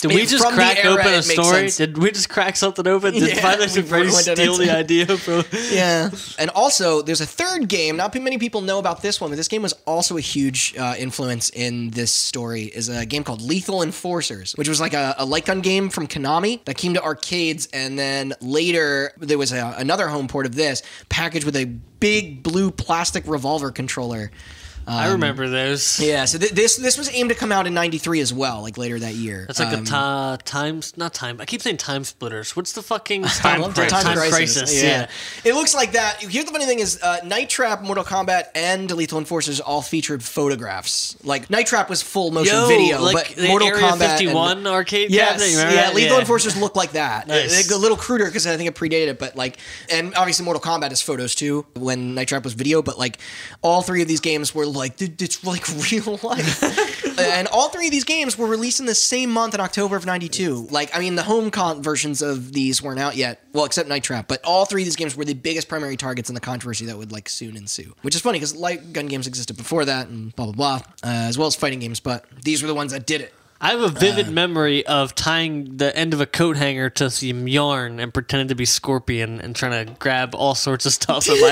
[SPEAKER 1] Did
[SPEAKER 2] I mean,
[SPEAKER 1] we just
[SPEAKER 2] from the
[SPEAKER 1] crack
[SPEAKER 2] era,
[SPEAKER 1] open
[SPEAKER 2] it
[SPEAKER 1] a
[SPEAKER 2] makes
[SPEAKER 1] story?
[SPEAKER 2] sense.
[SPEAKER 1] Did we just crack something open? Did
[SPEAKER 2] Yeah,
[SPEAKER 1] Five Nights
[SPEAKER 2] we
[SPEAKER 1] at Freddy's
[SPEAKER 2] ruined it.
[SPEAKER 1] steal the idea
[SPEAKER 2] Um,
[SPEAKER 1] from?
[SPEAKER 2] Yeah. And also, there's a third game. Not many people know about this one, but this game was also a huge uh, influence in this story. Is a game called Lethal Enforcers, which was like a, a light gun game from Konami that came to arcades, and then later there was a, another home port of this packaged with a big blue plastic revolver controller.
[SPEAKER 1] I remember those.
[SPEAKER 2] Yeah, so th- this this was aimed to come out in '93 as well, like later that year.
[SPEAKER 1] That's like
[SPEAKER 2] Um,
[SPEAKER 1] a ta- times not time. I keep saying time splitters. What's the fucking
[SPEAKER 2] Time, time, crisis.
[SPEAKER 1] Yeah.
[SPEAKER 2] it looks like that. Here's the funny thing: is uh, Night Trap, Mortal Kombat, and Lethal Enforcers all featured photographs. Like Night Trap was full motion
[SPEAKER 1] Yo,
[SPEAKER 2] video,
[SPEAKER 1] like
[SPEAKER 2] but
[SPEAKER 1] the
[SPEAKER 2] Mortal
[SPEAKER 1] Area
[SPEAKER 2] Kombat. and-
[SPEAKER 1] 51 arcade
[SPEAKER 2] Yes,
[SPEAKER 1] cabinet. you
[SPEAKER 2] yeah,
[SPEAKER 1] remember that?
[SPEAKER 2] Lethal
[SPEAKER 1] Yeah.
[SPEAKER 2] Enforcers look like that.
[SPEAKER 1] Nice.
[SPEAKER 2] They- they're A little cruder because I think it predated it, but like, and obviously Mortal Kombat is photos too. When Night Trap was video, but like, all three of these games were like, dude, it's like real life. and all three of these games were released in the same month in October of '92. Like, I mean, the home con versions of these weren't out yet. Well, except Night Trap, but all three of these games were the biggest primary targets in the controversy that would like soon ensue. Which is funny because light gun games existed before that, and blah blah blah, uh, as well as fighting games. But these were the ones that did it.
[SPEAKER 1] I have a vivid
[SPEAKER 2] Uh.
[SPEAKER 1] memory of tying the end of a coat hanger to some yarn and pretending to be scorpion and trying to grab all sorts of stuff at my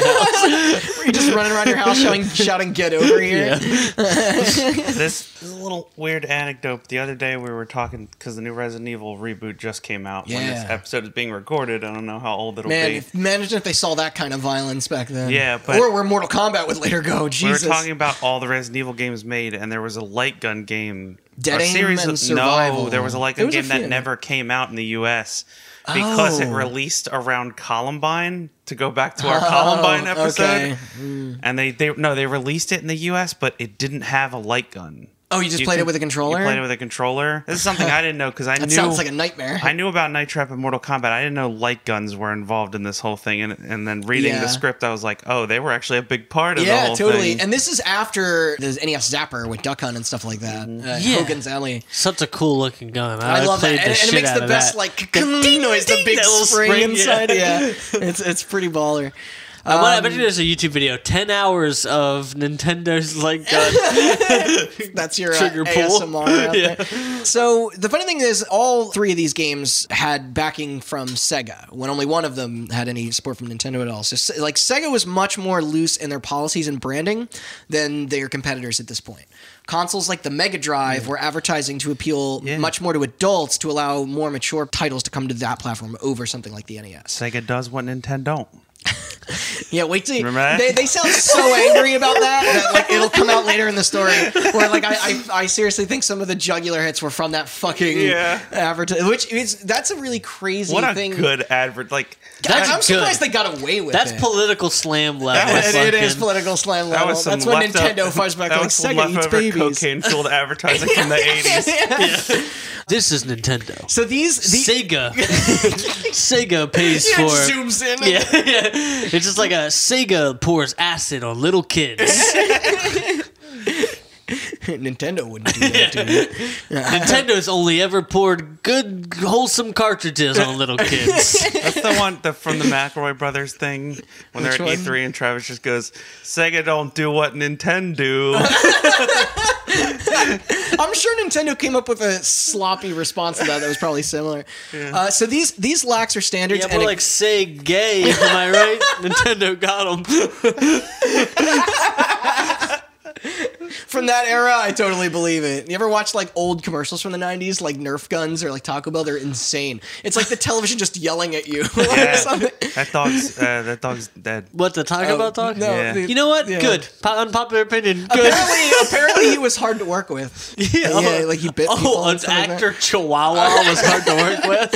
[SPEAKER 1] house.
[SPEAKER 2] You're just running around your house shouting, shouting "Get over here!"
[SPEAKER 3] this, this is a little weird anecdote. The other day we were talking because the new Resident Evil reboot just came out when this
[SPEAKER 2] Yeah.
[SPEAKER 3] episode is being recorded. I don't know how old it'll
[SPEAKER 2] Man,
[SPEAKER 3] be.
[SPEAKER 2] if, imagine if they saw that kind of violence back then.
[SPEAKER 3] Yeah, but-
[SPEAKER 2] or where Mortal Kombat would later go.
[SPEAKER 3] we were
[SPEAKER 2] Jesus,
[SPEAKER 3] talking about all the Resident Evil games made, and there was a light gun game.
[SPEAKER 2] Dead
[SPEAKER 3] or
[SPEAKER 2] Aim
[SPEAKER 3] series
[SPEAKER 2] and
[SPEAKER 3] of-
[SPEAKER 2] Survival.
[SPEAKER 3] No, there was a light
[SPEAKER 2] There
[SPEAKER 3] gun
[SPEAKER 2] was a
[SPEAKER 3] game that
[SPEAKER 2] few.
[SPEAKER 3] never came out in the U.S. because it
[SPEAKER 2] Oh.
[SPEAKER 3] released around Columbine. To go back to our Columbine episode,
[SPEAKER 2] okay. Hmm.
[SPEAKER 3] and they they no they released it in the U.S. but it didn't have a light gun.
[SPEAKER 2] Oh, you just played
[SPEAKER 3] can-
[SPEAKER 2] it with a controller.
[SPEAKER 3] You played it with a controller. This is something I didn't know because I
[SPEAKER 2] that
[SPEAKER 3] knew
[SPEAKER 2] sounds like a nightmare.
[SPEAKER 3] I knew about Night Trap and Mortal Kombat. I didn't know light guns were involved in this whole thing. And, and then reading
[SPEAKER 2] Yeah.
[SPEAKER 3] the script, I was like, oh, they were actually a big part of the
[SPEAKER 2] yeah,
[SPEAKER 3] whole
[SPEAKER 2] totally.
[SPEAKER 3] thing.
[SPEAKER 2] And this is after the NES Zapper with Duck Hunt and stuff like that. Uh,
[SPEAKER 1] Mm-hmm. Yeah.
[SPEAKER 2] Hogan's Alley.
[SPEAKER 1] Such a cool looking gun. I,
[SPEAKER 2] I love that,
[SPEAKER 1] played
[SPEAKER 2] and,
[SPEAKER 1] the
[SPEAKER 2] and it
[SPEAKER 1] shit
[SPEAKER 2] makes
[SPEAKER 1] out
[SPEAKER 2] the
[SPEAKER 1] of
[SPEAKER 2] best
[SPEAKER 1] that.
[SPEAKER 2] like ding noise, the
[SPEAKER 1] ding,
[SPEAKER 2] big
[SPEAKER 1] that little
[SPEAKER 2] spring,
[SPEAKER 1] spring, yeah.
[SPEAKER 2] inside. Yeah, it's it's pretty baller.
[SPEAKER 1] I, want- I bet you
[SPEAKER 2] Um,
[SPEAKER 1] there's a YouTube video. Ten hours of Nintendo's like uh, gun.
[SPEAKER 2] That's your uh,
[SPEAKER 1] Trigger pull.
[SPEAKER 2] ASMR out there. So the funny thing is, all three of these games had backing from Sega, when only one of them had any support from Nintendo at all. So Se- like Sega was much more loose in their policies and branding than their competitors at this point. Consoles like the Mega Drive were advertising to appeal
[SPEAKER 3] Yeah.
[SPEAKER 2] much more to adults to allow more mature titles to come to that platform over something like the E NES.
[SPEAKER 3] Sega does what Nintendo don't.
[SPEAKER 2] Yeah, wait till
[SPEAKER 3] Remember that?
[SPEAKER 2] they they sound so angry about that that like it'll come out later in the story. Where like I, I I seriously think some of the jugular hits were from that fucking
[SPEAKER 3] Yeah.
[SPEAKER 2] advertisement, which is that's a really crazy
[SPEAKER 3] What a
[SPEAKER 2] thing.
[SPEAKER 3] good advert. Like,
[SPEAKER 2] I,
[SPEAKER 1] That's
[SPEAKER 2] am
[SPEAKER 1] good.
[SPEAKER 2] surprised they got away with
[SPEAKER 1] That's
[SPEAKER 2] it.
[SPEAKER 1] political slam level.
[SPEAKER 3] That-
[SPEAKER 2] it is
[SPEAKER 1] fucking-
[SPEAKER 2] political slam
[SPEAKER 3] that
[SPEAKER 2] level.
[SPEAKER 3] was some
[SPEAKER 2] That's when
[SPEAKER 3] lefto-
[SPEAKER 2] Nintendo fires back
[SPEAKER 3] that
[SPEAKER 2] like
[SPEAKER 3] was some
[SPEAKER 2] Sega eats
[SPEAKER 3] leftover
[SPEAKER 2] babies.
[SPEAKER 3] cocaine fueled advertising from the 80s.
[SPEAKER 1] This is Nintendo.
[SPEAKER 2] So these the,
[SPEAKER 1] Sega. Sega pays
[SPEAKER 2] yeah,
[SPEAKER 1] for.
[SPEAKER 2] it zooms in.
[SPEAKER 1] yeah, yeah. It's just like a Sega pours acid on little kids.
[SPEAKER 2] Nintendo wouldn't do that to me.
[SPEAKER 1] Nintendo's only ever poured good, wholesome cartridges on little kids.
[SPEAKER 3] That's the one the, from the McElroy Brothers thing when they're
[SPEAKER 2] Which
[SPEAKER 3] at
[SPEAKER 2] one?
[SPEAKER 3] E3 and Travis just goes, Sega don't do what Nintendo do.
[SPEAKER 2] I'm sure Nintendo came up with a sloppy response to that that was probably similar. Uh, so these these lacks are standards.
[SPEAKER 1] yeah,
[SPEAKER 2] and
[SPEAKER 1] more
[SPEAKER 2] it-
[SPEAKER 1] like Sega. Am I right? Nintendo got them.
[SPEAKER 2] from that era, I totally believe it. You ever watch like old commercials from the '90s, like Nerf guns or like Taco Bell? They're insane. It's like the television just yelling at you. or
[SPEAKER 3] Yeah.
[SPEAKER 2] something.
[SPEAKER 3] That dog's uh, that dog's dead.
[SPEAKER 1] What the talk
[SPEAKER 2] Oh,
[SPEAKER 1] about talk?
[SPEAKER 2] No,
[SPEAKER 3] Yeah.
[SPEAKER 2] the-
[SPEAKER 1] You know what?
[SPEAKER 2] yeah.
[SPEAKER 1] Good. Po- unpopular opinion. Good.
[SPEAKER 2] Apparently, apparently, he was hard to work with. yeah, like he bit people
[SPEAKER 1] Oh,
[SPEAKER 2] and
[SPEAKER 1] an
[SPEAKER 2] stuff like that.
[SPEAKER 1] actor chihuahua was hard to work with.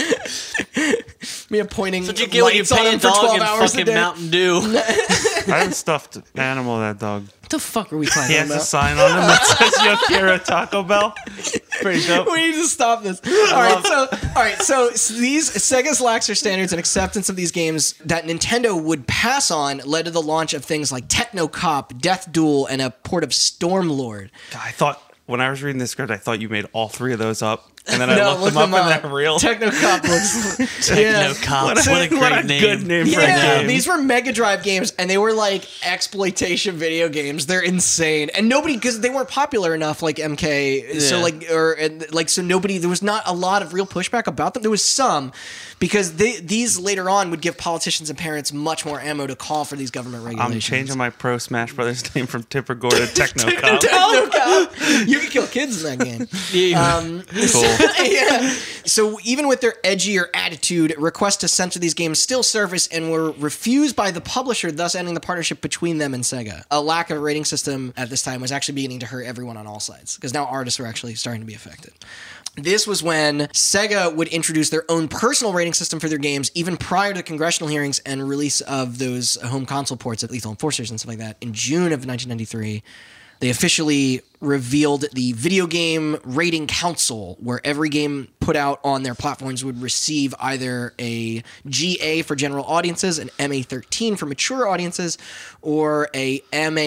[SPEAKER 2] Me pointing
[SPEAKER 1] Did you get when you
[SPEAKER 2] lights on
[SPEAKER 1] pay a
[SPEAKER 2] him for
[SPEAKER 1] dog
[SPEAKER 2] twelve
[SPEAKER 1] in
[SPEAKER 2] hours a
[SPEAKER 1] fucking
[SPEAKER 2] day.
[SPEAKER 1] Mountain Dew?
[SPEAKER 3] I haven't stuffed animal that dog.
[SPEAKER 2] What the fuck are we
[SPEAKER 3] He
[SPEAKER 2] talking
[SPEAKER 3] has a
[SPEAKER 2] about?
[SPEAKER 3] sign on him that says "Yo Quiero Taco Bell." Pretty dope.
[SPEAKER 2] We need to stop this. All right, so all right, so s- these Sega's laxer standards and acceptance of these games that Nintendo would pass on led to the launch of things like Techno Cop, Death Duel, and a port of Stormlord.
[SPEAKER 3] God, I thought when I was reading the script, I thought you made all three of those up, and then I
[SPEAKER 2] No,
[SPEAKER 3] looked
[SPEAKER 2] look
[SPEAKER 3] them up,
[SPEAKER 2] them up.
[SPEAKER 3] and they're real.
[SPEAKER 2] Techno Cop looks
[SPEAKER 1] Techno Cop. What a, great name.
[SPEAKER 3] good name for a
[SPEAKER 2] Yeah,
[SPEAKER 3] game.
[SPEAKER 2] these were Mega Drive games, and they were like exploitation video games. They're insane, and nobody because they weren't popular enough, like MK. So
[SPEAKER 1] Yeah.
[SPEAKER 2] like or and, like so nobody. There was not a lot of real pushback about them. There was some because they, these later on would give politicians and parents much more ammo to call for these government regulations.
[SPEAKER 3] I'm changing my pro Smash Brothers name from Tipper Gore to Techno Cop.
[SPEAKER 2] Techno Cop. Oh, You can kill kids in that game.
[SPEAKER 1] Yeah.
[SPEAKER 2] Um,
[SPEAKER 3] Cool.
[SPEAKER 2] yeah. So even with their edgier attitude, requests to censor these games still surfaced and were refused by the publisher, thus ending the partnership between them and Sega. A lack of a rating system at this time was actually beginning to hurt everyone on all sides because now artists were actually starting to be affected. This was when Sega would introduce their own personal rating system for their games, even prior to congressional hearings and release of those home console ports at Lethal Enforcers and stuff like that. In June of 1993, they officially revealed the Video Game Rating Council, where every game put out on their platforms would receive either a GA for general audiences, an MA13 for mature audiences, or a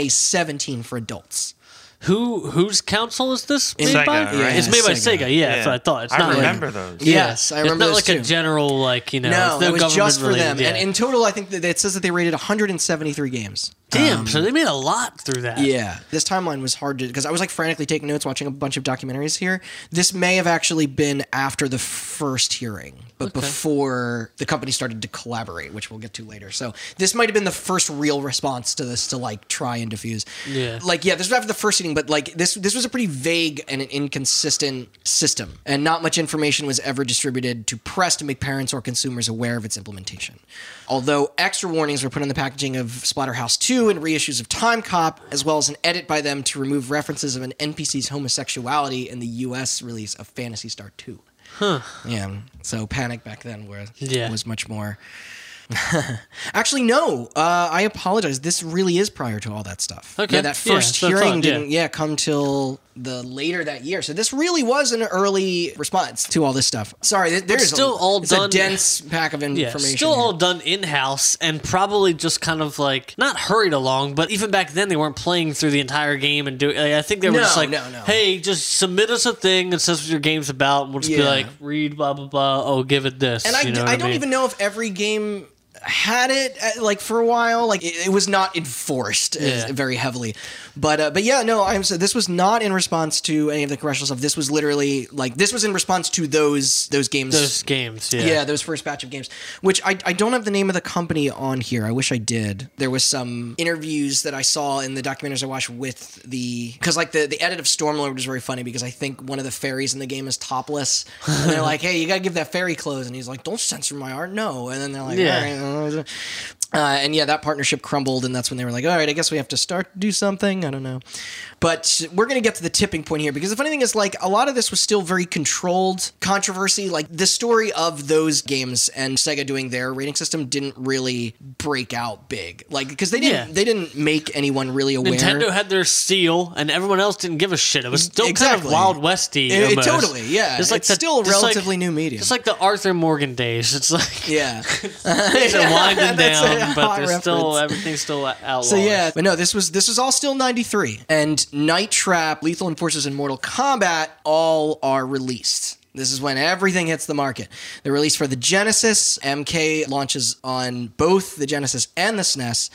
[SPEAKER 2] MA17 for adults.
[SPEAKER 1] Who whose council is this made
[SPEAKER 3] Sega,
[SPEAKER 1] by?
[SPEAKER 3] right?
[SPEAKER 1] It's made by
[SPEAKER 2] Sega.
[SPEAKER 1] Sega. Yeah, that's what I thought. It's not
[SPEAKER 3] I
[SPEAKER 1] like-
[SPEAKER 3] remember those.
[SPEAKER 2] Yes, I remember
[SPEAKER 1] It's not
[SPEAKER 2] those
[SPEAKER 1] like a
[SPEAKER 2] too.
[SPEAKER 1] general like you know.
[SPEAKER 2] No,
[SPEAKER 1] it's no
[SPEAKER 2] it was just for them.
[SPEAKER 1] government-related, yeah.
[SPEAKER 2] And in total, I think that it says that they rated 173 games.
[SPEAKER 1] Damn,
[SPEAKER 2] Um,
[SPEAKER 1] so they made a lot through that.
[SPEAKER 2] Yeah, this timeline was hard to because I was like frantically taking notes, watching a bunch of documentaries here. This may have actually been after the first hearing, but before the company started to collaborate, which we'll get to later. So this might have been the first real response to this to like try and diffuse.
[SPEAKER 1] Yeah.
[SPEAKER 2] like yeah, this was after the first hearing, but like this this was a pretty vague and an inconsistent system, and not much information was ever distributed to press to make parents or consumers aware of its implementation. Although extra warnings were put on the packaging of Splatterhouse 2 and reissues of Time Cop, as well as an edit by them to remove references of an NPC's homosexuality in the US release of Fantasy Star 2. Huh. Yeah. So Panic back then was,
[SPEAKER 1] Yeah.
[SPEAKER 2] was much more. Actually, no. Uh, I apologize. This really is prior to all that stuff.
[SPEAKER 1] Okay.
[SPEAKER 2] Yeah, that
[SPEAKER 1] Yeah, that's
[SPEAKER 2] first
[SPEAKER 1] what I
[SPEAKER 2] hearing
[SPEAKER 1] thought, yeah.
[SPEAKER 2] didn't, yeah. come till the later that year. So this really was an early response to all this stuff. Sorry, th- there's
[SPEAKER 1] still
[SPEAKER 2] a,
[SPEAKER 1] all
[SPEAKER 2] it's
[SPEAKER 1] done-
[SPEAKER 2] a dense pack of
[SPEAKER 1] Yeah,
[SPEAKER 2] information.
[SPEAKER 1] still
[SPEAKER 2] here.
[SPEAKER 1] all done in house and probably just kind of like not hurried along, but even back then they weren't playing through the entire game and doing. Like, I think they were
[SPEAKER 2] No,
[SPEAKER 1] just like,
[SPEAKER 2] no, no.
[SPEAKER 1] "Hey, just submit us a thing that says what your game's about, and we'll just be
[SPEAKER 2] Yeah.
[SPEAKER 1] like, read blah blah blah. Oh, give it this."
[SPEAKER 2] and I,
[SPEAKER 1] you know what
[SPEAKER 2] I don't
[SPEAKER 1] mean?
[SPEAKER 2] even know if every game had it uh, like for a while like it, it was not enforced uh,
[SPEAKER 1] Yeah.
[SPEAKER 2] very heavily but uh, but yeah no i'm so this was not in response to any of the commercial stuff this was literally like this was in response to those those games
[SPEAKER 1] those games. Yeah,
[SPEAKER 2] yeah. those first batch of games which I, I don't have the name of the company on here i wish i did there was some interviews that i saw in the documentaries i watched with the because like the, the edit of stormlord was very funny because i think one of the fairies in the game is topless and they're like hey you gotta give that fairy clothes and he's like don't censor my art no and then they're like
[SPEAKER 1] Yeah.
[SPEAKER 2] all right uh, and yeah, that partnership crumbled, and that's when they were like, "All right, I guess we have to start to do something." I don't know, but we're gonna get to the tipping point here because the funny thing is, like, a lot of this was still very controlled controversy. Like the story of those games and Sega doing their rating system didn't really break out big, like because they didn't
[SPEAKER 1] Yeah.
[SPEAKER 2] they didn't make anyone really aware.
[SPEAKER 1] Nintendo had their seal, and everyone else didn't give a shit. It was still kind
[SPEAKER 2] Exactly.
[SPEAKER 1] of Wild Westy.
[SPEAKER 2] It- it
[SPEAKER 1] almost.
[SPEAKER 2] totally, yeah. It's still
[SPEAKER 1] just
[SPEAKER 2] relatively new medium.
[SPEAKER 1] It's like the Arthur Morgan days. It's like
[SPEAKER 2] yeah,
[SPEAKER 1] things are winding
[SPEAKER 2] That's
[SPEAKER 1] down,
[SPEAKER 2] a
[SPEAKER 1] but
[SPEAKER 2] hot
[SPEAKER 1] there's still
[SPEAKER 2] reference.
[SPEAKER 1] everything's still outlawed.
[SPEAKER 2] So yeah, but no, this was this was all still '93, and Night Trap, Lethal Enforcers, and Mortal Kombat all are released. This is when everything hits the market. They're released for the Genesis. MK launches on both the Genesis and the SNES.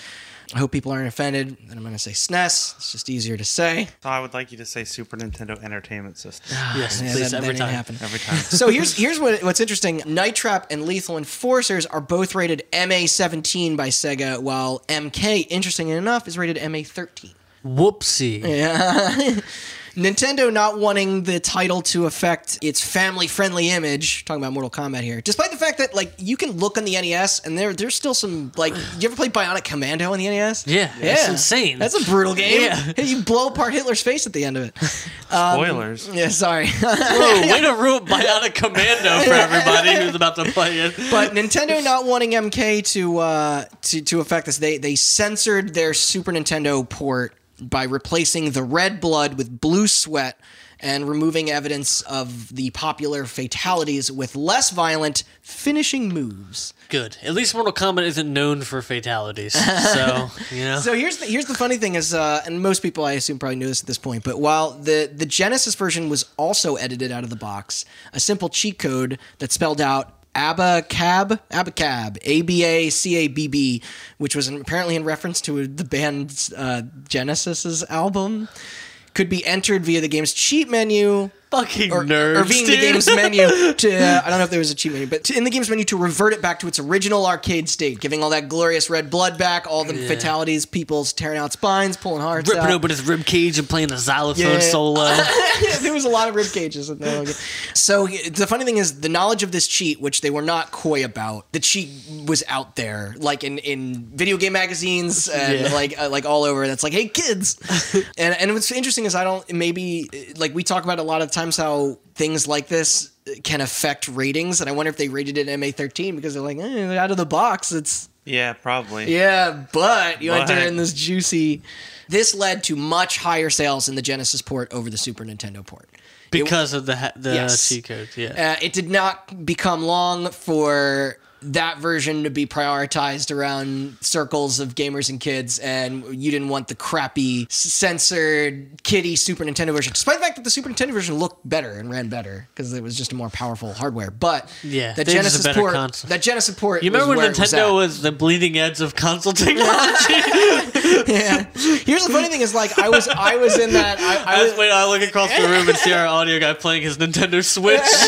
[SPEAKER 2] I hope people aren't offended that I'm going to say SNES. It's just easier to say.
[SPEAKER 3] So I would like you to say Super Nintendo Entertainment System
[SPEAKER 1] Yes,
[SPEAKER 2] Yeah,
[SPEAKER 1] please
[SPEAKER 2] that- that
[SPEAKER 1] every
[SPEAKER 2] didn't
[SPEAKER 1] time.
[SPEAKER 2] happen.
[SPEAKER 3] every time.
[SPEAKER 2] so here's here's what, what's interesting. Night Trap and Lethal Enforcers are both rated MA-17 by Sega, while MK, interestingly enough, is rated MA-13.
[SPEAKER 1] Whoopsie.
[SPEAKER 2] Yeah. Nintendo not wanting the title to affect its family-friendly image. Talking about Mortal Kombat here, despite the fact that like you can look on the NES and there there's still some like you ever play Bionic Commando on the NES?
[SPEAKER 1] Yeah, that's insane.
[SPEAKER 2] That's a brutal game.
[SPEAKER 1] Yeah.
[SPEAKER 2] you blow apart Hitler's face at the end of it. Um,
[SPEAKER 3] Spoilers.
[SPEAKER 2] Yeah, sorry.
[SPEAKER 1] Whoa, way to ruin Bionic Commando for everybody who's about to play it.
[SPEAKER 2] but Nintendo not wanting MK to uh, to to affect this, they they censored their Super Nintendo port by replacing the red blood with blue sweat and removing evidence of the popular fatalities with less violent finishing moves.
[SPEAKER 1] Good. At least Mortal Kombat isn't known for fatalities. So, you know.
[SPEAKER 2] So here's the, here's the funny thing is, uh, and most people I assume probably knew this at this point, but while the the Genesis version was also edited out of the box, a simple cheat code that spelled out abacab abacab a b a c a b b, which was apparently in reference to the band's uh, Genesis's album, could be entered via the game's cheat menu
[SPEAKER 1] fucking
[SPEAKER 2] or,
[SPEAKER 1] nerds.
[SPEAKER 2] or being
[SPEAKER 1] dude.
[SPEAKER 2] the game's menu to uh, I don't know if there was a cheat menu, but to, in the game's menu to revert it back to its original arcade state, giving all that glorious red blood back, all the fatalities, people's tearing out spines, pulling hearts
[SPEAKER 1] Ripping
[SPEAKER 2] out.
[SPEAKER 1] open his rib cage and playing a xylophone
[SPEAKER 2] Yeah.
[SPEAKER 1] solo.
[SPEAKER 2] there was a lot of rib cages in there. So the funny thing is, the knowledge of this cheat, which they were not coy about, the cheat was out there, like in, in video game magazines and
[SPEAKER 1] Yeah.
[SPEAKER 2] like uh, like all over. That's like, hey kids, and and what's interesting is I don't maybe uh, like we talk about a lot of times how things like this can affect ratings, and I wonder if they rated it MA13 because they're like eh, out of the box, it's
[SPEAKER 3] Yeah, probably.
[SPEAKER 2] yeah, but you
[SPEAKER 3] But-
[SPEAKER 2] enter in this juicy. This led to much higher sales in the Genesis port over the Super Nintendo port.
[SPEAKER 1] because of the ha- the
[SPEAKER 2] Yes.
[SPEAKER 1] cheat code. Yeah.
[SPEAKER 2] Uh, it did not become long for that version to be prioritized around circles of gamers and kids, and you didn't want the crappy, s- censored, kiddie Super Nintendo version, despite the fact that the Super Nintendo version looked better and ran better because it was just a more powerful hardware. But
[SPEAKER 1] Yeah,
[SPEAKER 2] that
[SPEAKER 1] they just a
[SPEAKER 2] Genesis
[SPEAKER 1] better
[SPEAKER 2] port,
[SPEAKER 1] console.
[SPEAKER 2] that Genesis port,
[SPEAKER 1] you remember
[SPEAKER 2] was
[SPEAKER 1] when
[SPEAKER 2] where it was at.
[SPEAKER 1] Nintendo was, the bleeding edge of console technology?
[SPEAKER 2] Yeah. Here's the funny thing is like I was I was in that I,
[SPEAKER 1] I
[SPEAKER 2] I
[SPEAKER 1] was wait, I look across the room and see our audio guy playing his Nintendo Switch.
[SPEAKER 2] was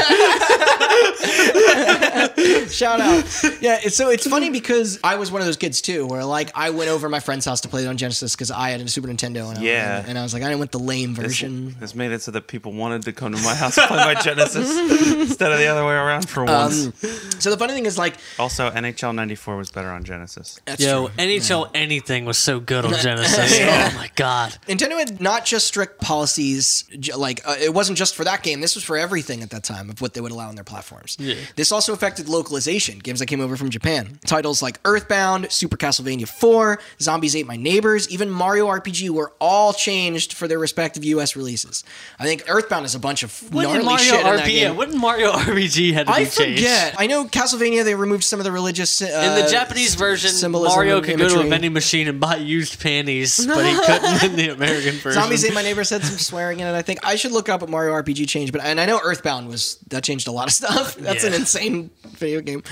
[SPEAKER 2] shout out. Yeah, it's, so it's funny because I was one of those kids too where like I went over to my friend's house to play it on Genesis cuz I had a Super Nintendo and,
[SPEAKER 3] Yeah.
[SPEAKER 2] I, and I was like I didn't want the lame version.
[SPEAKER 3] This made it so that people wanted to come to my house and play my Genesis instead of the other way around
[SPEAKER 1] Um,
[SPEAKER 3] for once.
[SPEAKER 2] So the funny thing is like
[SPEAKER 3] also, NHL 94 was better on Genesis.
[SPEAKER 2] that's
[SPEAKER 1] Yo,
[SPEAKER 2] true.
[SPEAKER 1] NHL anything was so good on Genesis.
[SPEAKER 2] Yeah.
[SPEAKER 1] Oh my god.
[SPEAKER 2] Nintendo had not just strict policies, j- like uh, it wasn't just for that game. This was for everything at that time of what they would allow on their platforms.
[SPEAKER 1] Yeah.
[SPEAKER 2] This also affected localization. Games that came over from Japan, titles like Earthbound, Super Castlevania 4, Zombies Ate My Neighbors, even Mario RPG were all changed for their respective U.S. releases. I think Earthbound is a bunch of gnarly
[SPEAKER 1] Wouldn't Mario
[SPEAKER 2] shit in that
[SPEAKER 1] RPG? yeah,
[SPEAKER 2] game.
[SPEAKER 1] Wouldn't Mario RPG had to be
[SPEAKER 2] I
[SPEAKER 1] changed?
[SPEAKER 2] forget. I know Castlevania they removed some of the religious. Uh,
[SPEAKER 1] In the Japanese version,
[SPEAKER 2] symbolism
[SPEAKER 1] Mario
[SPEAKER 2] and
[SPEAKER 1] could go to a
[SPEAKER 2] imagery.
[SPEAKER 1] vending machine and buy used panties, but he couldn't in the American version.
[SPEAKER 2] Zombies Ate My Neighbors had some swearing in it. I think I should look up what Mario RPG changed, but and I know Earthbound was that changed a lot of stuff. That's an
[SPEAKER 1] Yeah.
[SPEAKER 2] insane video game.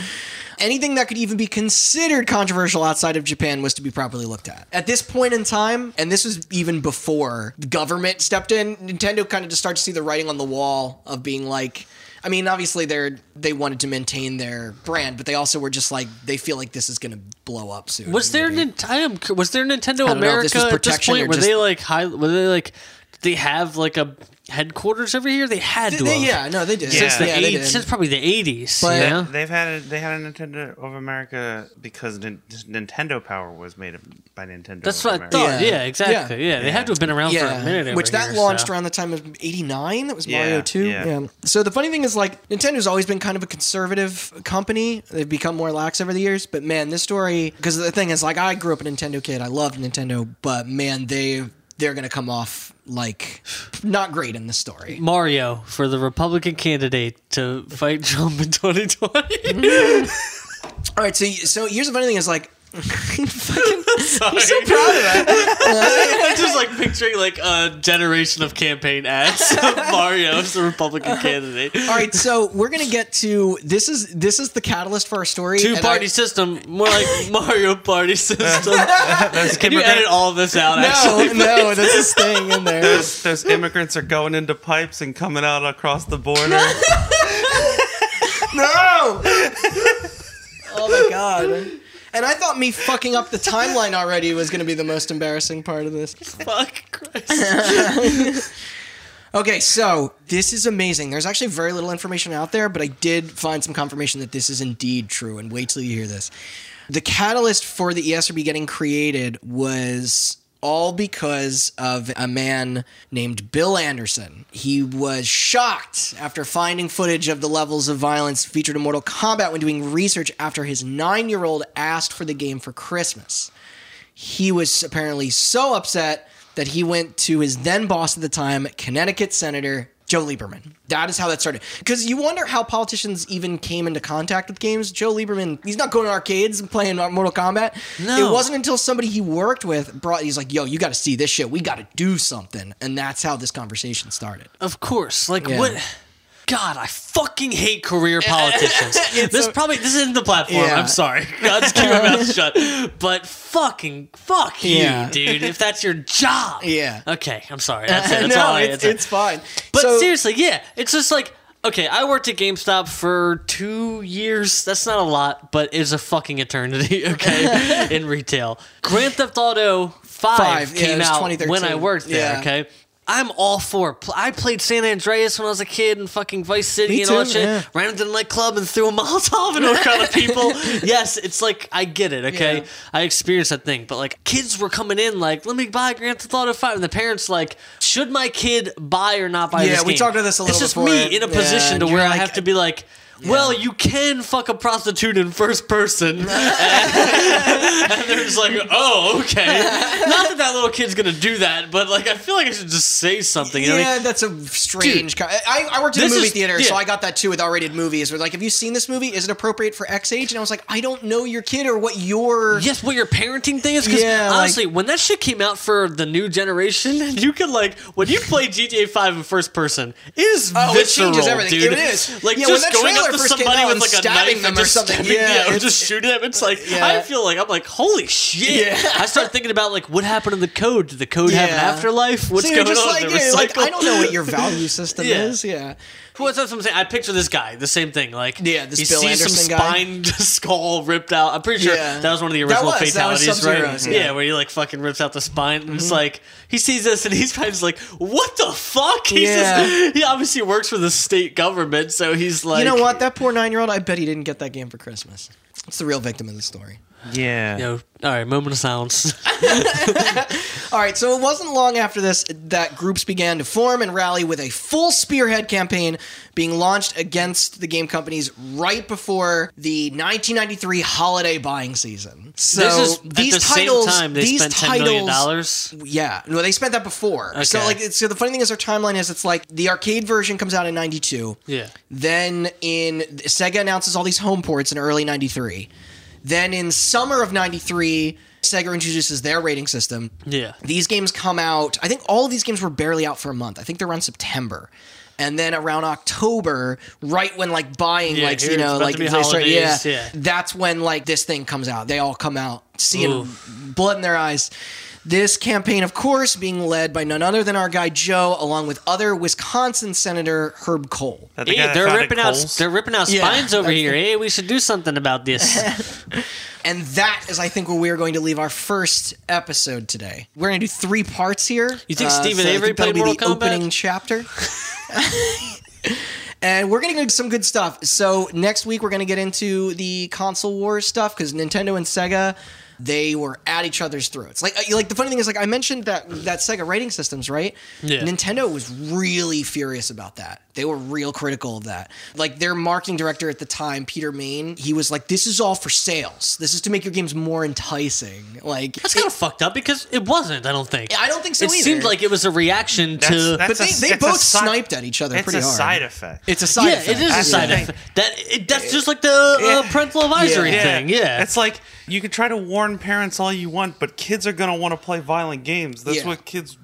[SPEAKER 2] Anything that could even be considered controversial outside of Japan was to be properly looked at. At this point in time, and this was even before the government stepped in, Nintendo kind of just started to see the writing on the wall of being like I mean, obviously they're they wanted to maintain their brand, but they also were just like they feel like this is going to blow up soon.
[SPEAKER 1] Was there
[SPEAKER 2] Maybe.
[SPEAKER 1] Nin- I am, was there Nintendo
[SPEAKER 2] Mm-hmm. don't know if
[SPEAKER 1] America
[SPEAKER 2] this was
[SPEAKER 1] at this
[SPEAKER 2] protection or
[SPEAKER 1] point? Were
[SPEAKER 2] just-
[SPEAKER 1] they like high? Were they like? Did they have like a headquarters over here? They had to.
[SPEAKER 2] They-
[SPEAKER 1] have.
[SPEAKER 2] yeah, no, they did.
[SPEAKER 3] Since
[SPEAKER 1] The
[SPEAKER 2] yeah, they
[SPEAKER 1] eight-
[SPEAKER 2] did.
[SPEAKER 1] since probably the eighties.
[SPEAKER 2] But-
[SPEAKER 3] They,
[SPEAKER 1] yeah.
[SPEAKER 3] They've had a, they had a Nintendo of America because nin, Nintendo Power was made by Nintendo.
[SPEAKER 1] That's
[SPEAKER 3] of
[SPEAKER 1] what I
[SPEAKER 3] America.
[SPEAKER 1] thought.
[SPEAKER 2] Yeah.
[SPEAKER 1] Yeah, exactly. Yeah. they had to have been around Oh, for a minute. over
[SPEAKER 2] Which that
[SPEAKER 1] here,
[SPEAKER 2] launched
[SPEAKER 1] so.
[SPEAKER 2] around the time of 89. That was
[SPEAKER 3] Yeah,
[SPEAKER 2] Mario 2.
[SPEAKER 3] yeah.
[SPEAKER 2] So the funny thing is, like, Nintendo's always been kind of a conservative company. They've become more lax over the years. But man, this story, because the thing is, like, I grew up a Nintendo kid. I loved Nintendo. But man, they, they're going to come off, like, not great in this story.
[SPEAKER 1] Mario for the Republican candidate to fight Trump in 2020.
[SPEAKER 2] All right. So, so here's the funny thing is, like, fucking, I'm so proud of that.
[SPEAKER 1] I'm just like picturing like a generation of campaign ads. of Mario as the Republican candidate.
[SPEAKER 2] All right, so we're gonna get to this is this is the catalyst for our story.
[SPEAKER 1] Two
[SPEAKER 2] and I-
[SPEAKER 1] party system, more like Mario party system. Can you
[SPEAKER 3] immigrant-
[SPEAKER 1] edit all this out? Actually,
[SPEAKER 2] No, no, this is staying in there.
[SPEAKER 3] Those, those immigrants are going into pipes and coming out across the border.
[SPEAKER 2] No! oh my god. And I thought me fucking up the timeline already was going to be the most embarrassing part of this.
[SPEAKER 1] Fuck Christ.
[SPEAKER 2] Okay, so this is amazing. There's actually very little information out there, but I did find some confirmation that this is indeed true. And wait till you hear this. The catalyst for the E ESRB getting created was all because of a man named Bill Anderson. He was shocked after finding footage of the levels of violence featured in Mortal Kombat when doing research after his nine year old asked for the game for Christmas he was apparently so upset that he went to his then boss at the time, Connecticut Senator Joe Lieberman. That is how that started. Because you wonder how politicians even came into contact with games. Joe Lieberman, he's not going to arcades and playing Mortal Kombat.
[SPEAKER 1] No.
[SPEAKER 2] It wasn't until somebody he worked with brought, he's like, yo, you got to see this shit. We got to do something. And that's how this conversation started.
[SPEAKER 1] Of course. Like
[SPEAKER 2] Yeah.
[SPEAKER 1] what? God, I fucking hate career politicians. this probably this isn't the platform.
[SPEAKER 2] Yeah.
[SPEAKER 1] I'm sorry. God's keep your mouth shut. But fucking fuck
[SPEAKER 2] Yeah.
[SPEAKER 1] you, dude. If that's your job.
[SPEAKER 2] Yeah.
[SPEAKER 1] Okay, I'm sorry. That's it. That's
[SPEAKER 2] no,
[SPEAKER 1] all I
[SPEAKER 2] it's,
[SPEAKER 1] that's it.
[SPEAKER 2] it's fine.
[SPEAKER 1] But
[SPEAKER 2] So-
[SPEAKER 1] seriously, yeah, it's just like okay. I worked at GameStop for two years. That's not a lot, but it's a fucking eternity. Okay, in retail, Grand Theft Auto Five,
[SPEAKER 2] Five, yeah, it
[SPEAKER 1] came
[SPEAKER 2] was
[SPEAKER 1] out
[SPEAKER 2] 2013.
[SPEAKER 1] when I worked there.
[SPEAKER 2] Yeah.
[SPEAKER 1] Okay. I'm all for. Pl- I played San Andreas when I was a kid and fucking Vice City
[SPEAKER 2] Me
[SPEAKER 1] and all that
[SPEAKER 2] too,
[SPEAKER 1] shit.
[SPEAKER 2] yeah.
[SPEAKER 1] Ran into the nightclub and threw a Molotov into a crowd of people. yes, it's like I get it. Okay,
[SPEAKER 2] Yeah.
[SPEAKER 1] I experienced that thing, but like kids were coming in like, "Let me buy Grand Theft Auto 5. and the parents like, "Should my kid buy or not buy
[SPEAKER 2] Yeah,
[SPEAKER 1] this game?"
[SPEAKER 2] we talked about this a
[SPEAKER 1] It's
[SPEAKER 2] little
[SPEAKER 1] just
[SPEAKER 2] before.
[SPEAKER 1] me in a
[SPEAKER 2] Yeah,
[SPEAKER 1] position to
[SPEAKER 2] and
[SPEAKER 1] where
[SPEAKER 2] you're
[SPEAKER 1] I
[SPEAKER 2] like-
[SPEAKER 1] have to be like, "Well, you can fuck a prostitute in first person," and, and they're just like, "Oh, okay." not that that little kid's gonna do that, but like, I feel like I should just say something. You know what I mean?
[SPEAKER 2] Yeah, that's a strange. co- I, I worked in a
[SPEAKER 1] this
[SPEAKER 2] movie
[SPEAKER 1] is-
[SPEAKER 2] theater, so
[SPEAKER 1] yeah.
[SPEAKER 2] I got that too with R-rated movies. Where like, have you seen this movie? Is it appropriate for X age? And I was like, I don't know your kid or what your.
[SPEAKER 1] Yes, what your parenting thing is? Because
[SPEAKER 2] Yeah, like-
[SPEAKER 1] honestly, when that shit came out for the new generation, you can like when you play GTA Five in first person, it is
[SPEAKER 2] Oh, it
[SPEAKER 1] visceral,
[SPEAKER 2] changes everything.
[SPEAKER 1] dude.
[SPEAKER 2] It is.
[SPEAKER 1] like
[SPEAKER 2] Yeah, when
[SPEAKER 1] just
[SPEAKER 2] that
[SPEAKER 1] going up
[SPEAKER 2] trailer
[SPEAKER 1] to
[SPEAKER 2] first came
[SPEAKER 1] somebody
[SPEAKER 2] out
[SPEAKER 1] with
[SPEAKER 2] and
[SPEAKER 1] like a
[SPEAKER 2] stabbing
[SPEAKER 1] knife
[SPEAKER 2] them
[SPEAKER 1] and
[SPEAKER 2] or
[SPEAKER 1] just
[SPEAKER 2] something.
[SPEAKER 1] stabbing-
[SPEAKER 2] Yeah,
[SPEAKER 1] yeah, or
[SPEAKER 2] it's-
[SPEAKER 1] just shooting them. It's like
[SPEAKER 2] Yeah.
[SPEAKER 1] I feel like I'm like holy shit.
[SPEAKER 2] Yeah.
[SPEAKER 1] I start thinking about like what happened to the code. Did the code have an
[SPEAKER 2] Yeah.
[SPEAKER 1] afterlife? What's
[SPEAKER 2] so you're
[SPEAKER 1] going
[SPEAKER 2] just
[SPEAKER 1] on?
[SPEAKER 2] like,
[SPEAKER 1] They
[SPEAKER 2] yeah, you're like,
[SPEAKER 1] recycle-
[SPEAKER 2] I don't know what your value system
[SPEAKER 1] Yeah.
[SPEAKER 2] is. Yeah,
[SPEAKER 1] Well, that's what I'm saying. I picture this guy, the same thing. Like,
[SPEAKER 2] Yeah, this
[SPEAKER 1] he
[SPEAKER 2] Bill
[SPEAKER 1] sees
[SPEAKER 2] Anderson
[SPEAKER 1] some
[SPEAKER 2] guy.
[SPEAKER 1] spine skull ripped out. I'm pretty sure
[SPEAKER 2] Yeah.
[SPEAKER 1] that was one of the
[SPEAKER 2] That
[SPEAKER 1] original
[SPEAKER 2] was- that was
[SPEAKER 1] fatalities, right?
[SPEAKER 2] Sub-Zero's,
[SPEAKER 1] Yeah.
[SPEAKER 2] yeah. Mm-hmm.
[SPEAKER 1] where he like fucking rips out the spine. And it's like he sees this and he's kind of just like, "What the fuck?" He's
[SPEAKER 2] Yeah.
[SPEAKER 1] just, he obviously works for the state government, so he's like,
[SPEAKER 2] you know what? That poor nine-year-old. I bet he didn't get that game for Christmas. It's the real victim of the story.
[SPEAKER 3] Yeah.
[SPEAKER 1] You know, all right, moment of silence.
[SPEAKER 2] All right, so it wasn't long after this that groups began to form and rally with a full spearhead campaign being launched against the game companies right before the 1993 holiday buying season. So
[SPEAKER 1] this is
[SPEAKER 2] these
[SPEAKER 1] at the
[SPEAKER 2] titles,
[SPEAKER 1] same time they
[SPEAKER 2] these
[SPEAKER 1] spent ten
[SPEAKER 2] titles,
[SPEAKER 1] million dollars.
[SPEAKER 2] yeah, no, they spent that before. So
[SPEAKER 1] Okay.
[SPEAKER 2] like, it's, so the funny thing is, their timeline is it's like the arcade version comes out in '92.
[SPEAKER 1] Yeah.
[SPEAKER 2] Then in Sega announces all these home ports in early 93. Then in summer of 93, Sega introduces their rating system.
[SPEAKER 1] Yeah.
[SPEAKER 2] These games come out, I think all of these games were barely out for a month. I think they're around September. And then around October, right when like buying,
[SPEAKER 1] Yeah,
[SPEAKER 2] like
[SPEAKER 1] here
[SPEAKER 2] you
[SPEAKER 1] it's
[SPEAKER 2] know,
[SPEAKER 1] about
[SPEAKER 2] like
[SPEAKER 1] to be
[SPEAKER 2] they start, yeah,
[SPEAKER 1] holidays, yeah.
[SPEAKER 2] that's when like this thing comes out. They all come out, seeing
[SPEAKER 1] Oof.
[SPEAKER 2] blood in their eyes. This campaign, of course, being led by none other than our guy Joe, along with other Wisconsin Senator Herb Cole.
[SPEAKER 3] That the guy
[SPEAKER 1] Hey,
[SPEAKER 3] that
[SPEAKER 1] they're
[SPEAKER 3] founded
[SPEAKER 1] ripping out
[SPEAKER 3] Kohl's?
[SPEAKER 1] they're ripping out
[SPEAKER 2] Yeah,
[SPEAKER 1] spines over
[SPEAKER 2] that's
[SPEAKER 1] here. Hey, we should do something about this.
[SPEAKER 2] And that is, I think, where we are going to leave our first episode today. We're going to do three parts here. Uh,
[SPEAKER 1] You think Stephen
[SPEAKER 2] I
[SPEAKER 1] Avery
[SPEAKER 2] think that'll
[SPEAKER 1] played
[SPEAKER 2] be the
[SPEAKER 1] Mortal Kombat?
[SPEAKER 2] opening chapter? and we're getting into some good stuff. So next week we're going to get into the console wars stuff because Nintendo and Sega. They were at each other's throats. Like, uh, like the funny thing is, like I mentioned that that Sega rating systems, right?
[SPEAKER 1] Yeah.
[SPEAKER 2] Nintendo was really furious about that. They were real critical of that. Like their marketing director at the time, Peter Main, he was like, "This is all for sales. This is to make your games more enticing." Like,
[SPEAKER 1] That's kind of fucked up because it wasn't. I don't think.
[SPEAKER 2] I don't think so
[SPEAKER 1] it
[SPEAKER 2] either.
[SPEAKER 1] seemed like it was a reaction to.
[SPEAKER 2] but
[SPEAKER 3] That's
[SPEAKER 2] they,
[SPEAKER 3] a-
[SPEAKER 2] they
[SPEAKER 3] it's a
[SPEAKER 2] both
[SPEAKER 3] si-
[SPEAKER 2] sniped at each other
[SPEAKER 3] It's
[SPEAKER 2] pretty
[SPEAKER 3] a
[SPEAKER 2] hard.
[SPEAKER 3] side effect.
[SPEAKER 2] It's a side.
[SPEAKER 1] yeah,
[SPEAKER 2] effect.
[SPEAKER 1] it is a
[SPEAKER 3] That's
[SPEAKER 1] side
[SPEAKER 3] the
[SPEAKER 1] effect. That it, that's just like the uh,
[SPEAKER 2] Yeah.
[SPEAKER 1] parental advisory
[SPEAKER 2] Yeah.
[SPEAKER 1] thing. Yeah,
[SPEAKER 3] It's like you can try to warn parents all you want, but kids are going to want to play violent games. That's
[SPEAKER 2] Yeah.
[SPEAKER 3] what kids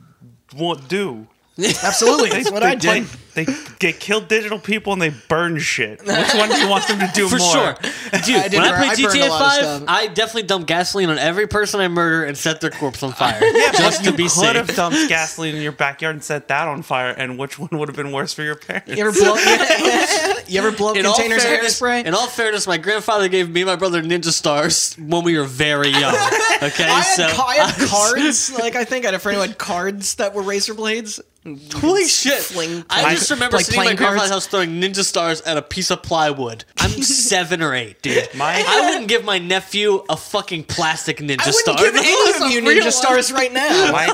[SPEAKER 3] won't do.
[SPEAKER 2] Absolutely,
[SPEAKER 3] They,
[SPEAKER 2] that's what
[SPEAKER 3] they
[SPEAKER 2] I
[SPEAKER 3] play,
[SPEAKER 2] did.
[SPEAKER 3] They they kill digital people and they burn shit. Which one do you want them to do
[SPEAKER 1] For
[SPEAKER 3] more?
[SPEAKER 1] sure, dude.
[SPEAKER 2] I did
[SPEAKER 1] when
[SPEAKER 2] burn-
[SPEAKER 1] I
[SPEAKER 2] I
[SPEAKER 1] play
[SPEAKER 2] burned a
[SPEAKER 1] GTA
[SPEAKER 2] lot of
[SPEAKER 1] Five,
[SPEAKER 2] stuff.
[SPEAKER 1] I definitely dump gasoline on every person I murder and set their corpse on fire
[SPEAKER 3] Yeah, but
[SPEAKER 1] just to be
[SPEAKER 3] you
[SPEAKER 1] safe.
[SPEAKER 3] could have dumped gasoline in your backyard and set that on fire, and which one would have been worse for your parents?
[SPEAKER 2] You ever blow? you ever blow up
[SPEAKER 1] In all
[SPEAKER 2] containers of
[SPEAKER 1] fairness-
[SPEAKER 2] hairspray?
[SPEAKER 1] In all fairness, my grandfather gave me and my brother ninja stars when we were very young. Okay,
[SPEAKER 2] I had,
[SPEAKER 1] so
[SPEAKER 2] ca- I had cards. Like I think I had a friend who had cards that were razor blades.
[SPEAKER 1] holy shit!
[SPEAKER 2] fling
[SPEAKER 1] I
[SPEAKER 2] cards.
[SPEAKER 1] just remember
[SPEAKER 2] Like
[SPEAKER 1] sitting in my
[SPEAKER 2] playing
[SPEAKER 1] grandfather's
[SPEAKER 2] cards.
[SPEAKER 1] house throwing ninja stars at a piece of plywood. I'm seven or eight, dude.
[SPEAKER 3] My-
[SPEAKER 1] I wouldn't give my nephew a fucking plastic ninja
[SPEAKER 2] I wouldn't
[SPEAKER 1] star.
[SPEAKER 2] give any
[SPEAKER 1] A
[SPEAKER 2] of you
[SPEAKER 1] real
[SPEAKER 2] ninja
[SPEAKER 1] one.
[SPEAKER 2] stars right now.
[SPEAKER 3] My-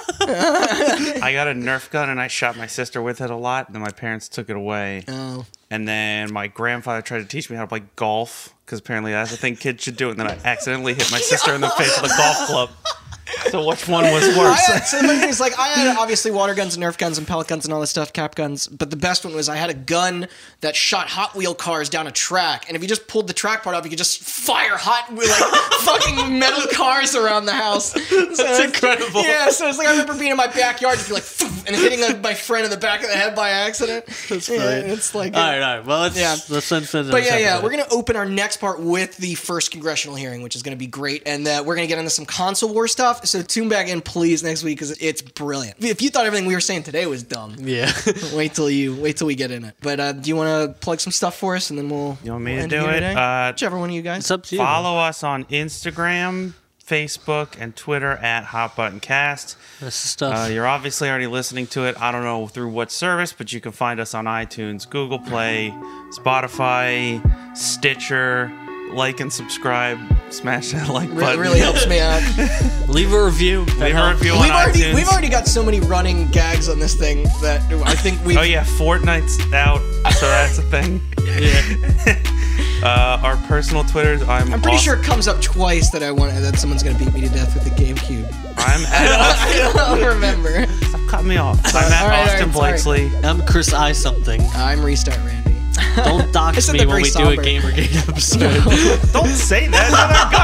[SPEAKER 3] I got a Nerf gun and I shot my sister with it a lot. And then my parents took it away.
[SPEAKER 2] Oh.
[SPEAKER 3] And then my grandfather tried to teach me how to play golf because apparently that's the thing kids should do. And then I accidentally hit my sister in the face with a golf club. So which one was
[SPEAKER 2] I
[SPEAKER 3] worse?
[SPEAKER 2] had so many things. Like I had obviously water guns and Nerf guns and pellet guns and all this stuff, cap guns. But the best one was I had a gun that shot Hot Wheel cars down a track, and if you just pulled the track part off, you could just fire hot wheel like fucking metal cars around the house. That's
[SPEAKER 1] incredible.
[SPEAKER 2] Yeah, so it's like I remember being in my backyard and be like, and hitting like, my friend in the back of the head by accident. That's yeah,
[SPEAKER 1] great.
[SPEAKER 2] It's like.
[SPEAKER 1] All right, all right. Well, let's
[SPEAKER 2] Yeah.
[SPEAKER 1] let's send, send
[SPEAKER 2] But yeah, yeah, we're gonna open our next part with the first congressional hearing, which is gonna be great, and uh, we're gonna get into some console war stuff. So tune back in, please, next week because it's brilliant. If you thought everything we were saying today was dumb,
[SPEAKER 1] yeah.
[SPEAKER 2] wait till you wait till we get in it. But uh, do you want to plug some stuff for us, and then we'll
[SPEAKER 3] You want me
[SPEAKER 2] we'll
[SPEAKER 3] to
[SPEAKER 2] end
[SPEAKER 3] do
[SPEAKER 2] here
[SPEAKER 3] it?
[SPEAKER 2] today?
[SPEAKER 3] Uh,
[SPEAKER 2] Whichever one of you guys.
[SPEAKER 1] it's up to you.
[SPEAKER 3] Follow us on Instagram, Facebook, and Twitter at Hot Button Cast.
[SPEAKER 1] That's the stuff.
[SPEAKER 3] Uh, you're obviously already listening to it. I don't know through what service, but you can find us on iTunes, Google Play, Spotify, Stitcher. Like and subscribe. Smash that like
[SPEAKER 2] Re-
[SPEAKER 3] button.
[SPEAKER 2] really helps me out.
[SPEAKER 1] Leave a review. That
[SPEAKER 3] Leave a
[SPEAKER 1] helps.
[SPEAKER 3] review on
[SPEAKER 2] We've already
[SPEAKER 3] iTunes.
[SPEAKER 2] we've already got so many running gags on this thing that I think we.
[SPEAKER 3] oh yeah, Fortnite's out, so that's a thing.
[SPEAKER 1] Yeah.
[SPEAKER 3] Uh, our personal Twitters. I'm.
[SPEAKER 2] I'm pretty
[SPEAKER 3] off-
[SPEAKER 2] sure it comes up twice that I want that someone's gonna beat me to death with the GameCube.
[SPEAKER 3] I'm at.
[SPEAKER 2] I don't remember.
[SPEAKER 3] Stop cutting me off. I'm
[SPEAKER 2] All
[SPEAKER 3] at
[SPEAKER 2] right, all
[SPEAKER 3] Austin
[SPEAKER 2] right, sorry.
[SPEAKER 3] Blakesley.
[SPEAKER 1] I'm Chris I something.
[SPEAKER 2] I'm restart Randy.
[SPEAKER 1] Don't
[SPEAKER 2] I
[SPEAKER 1] dox
[SPEAKER 2] said
[SPEAKER 1] me
[SPEAKER 2] that
[SPEAKER 1] when
[SPEAKER 2] very
[SPEAKER 1] we do
[SPEAKER 2] somber.
[SPEAKER 1] a Gamergate episode.
[SPEAKER 3] Don't say that.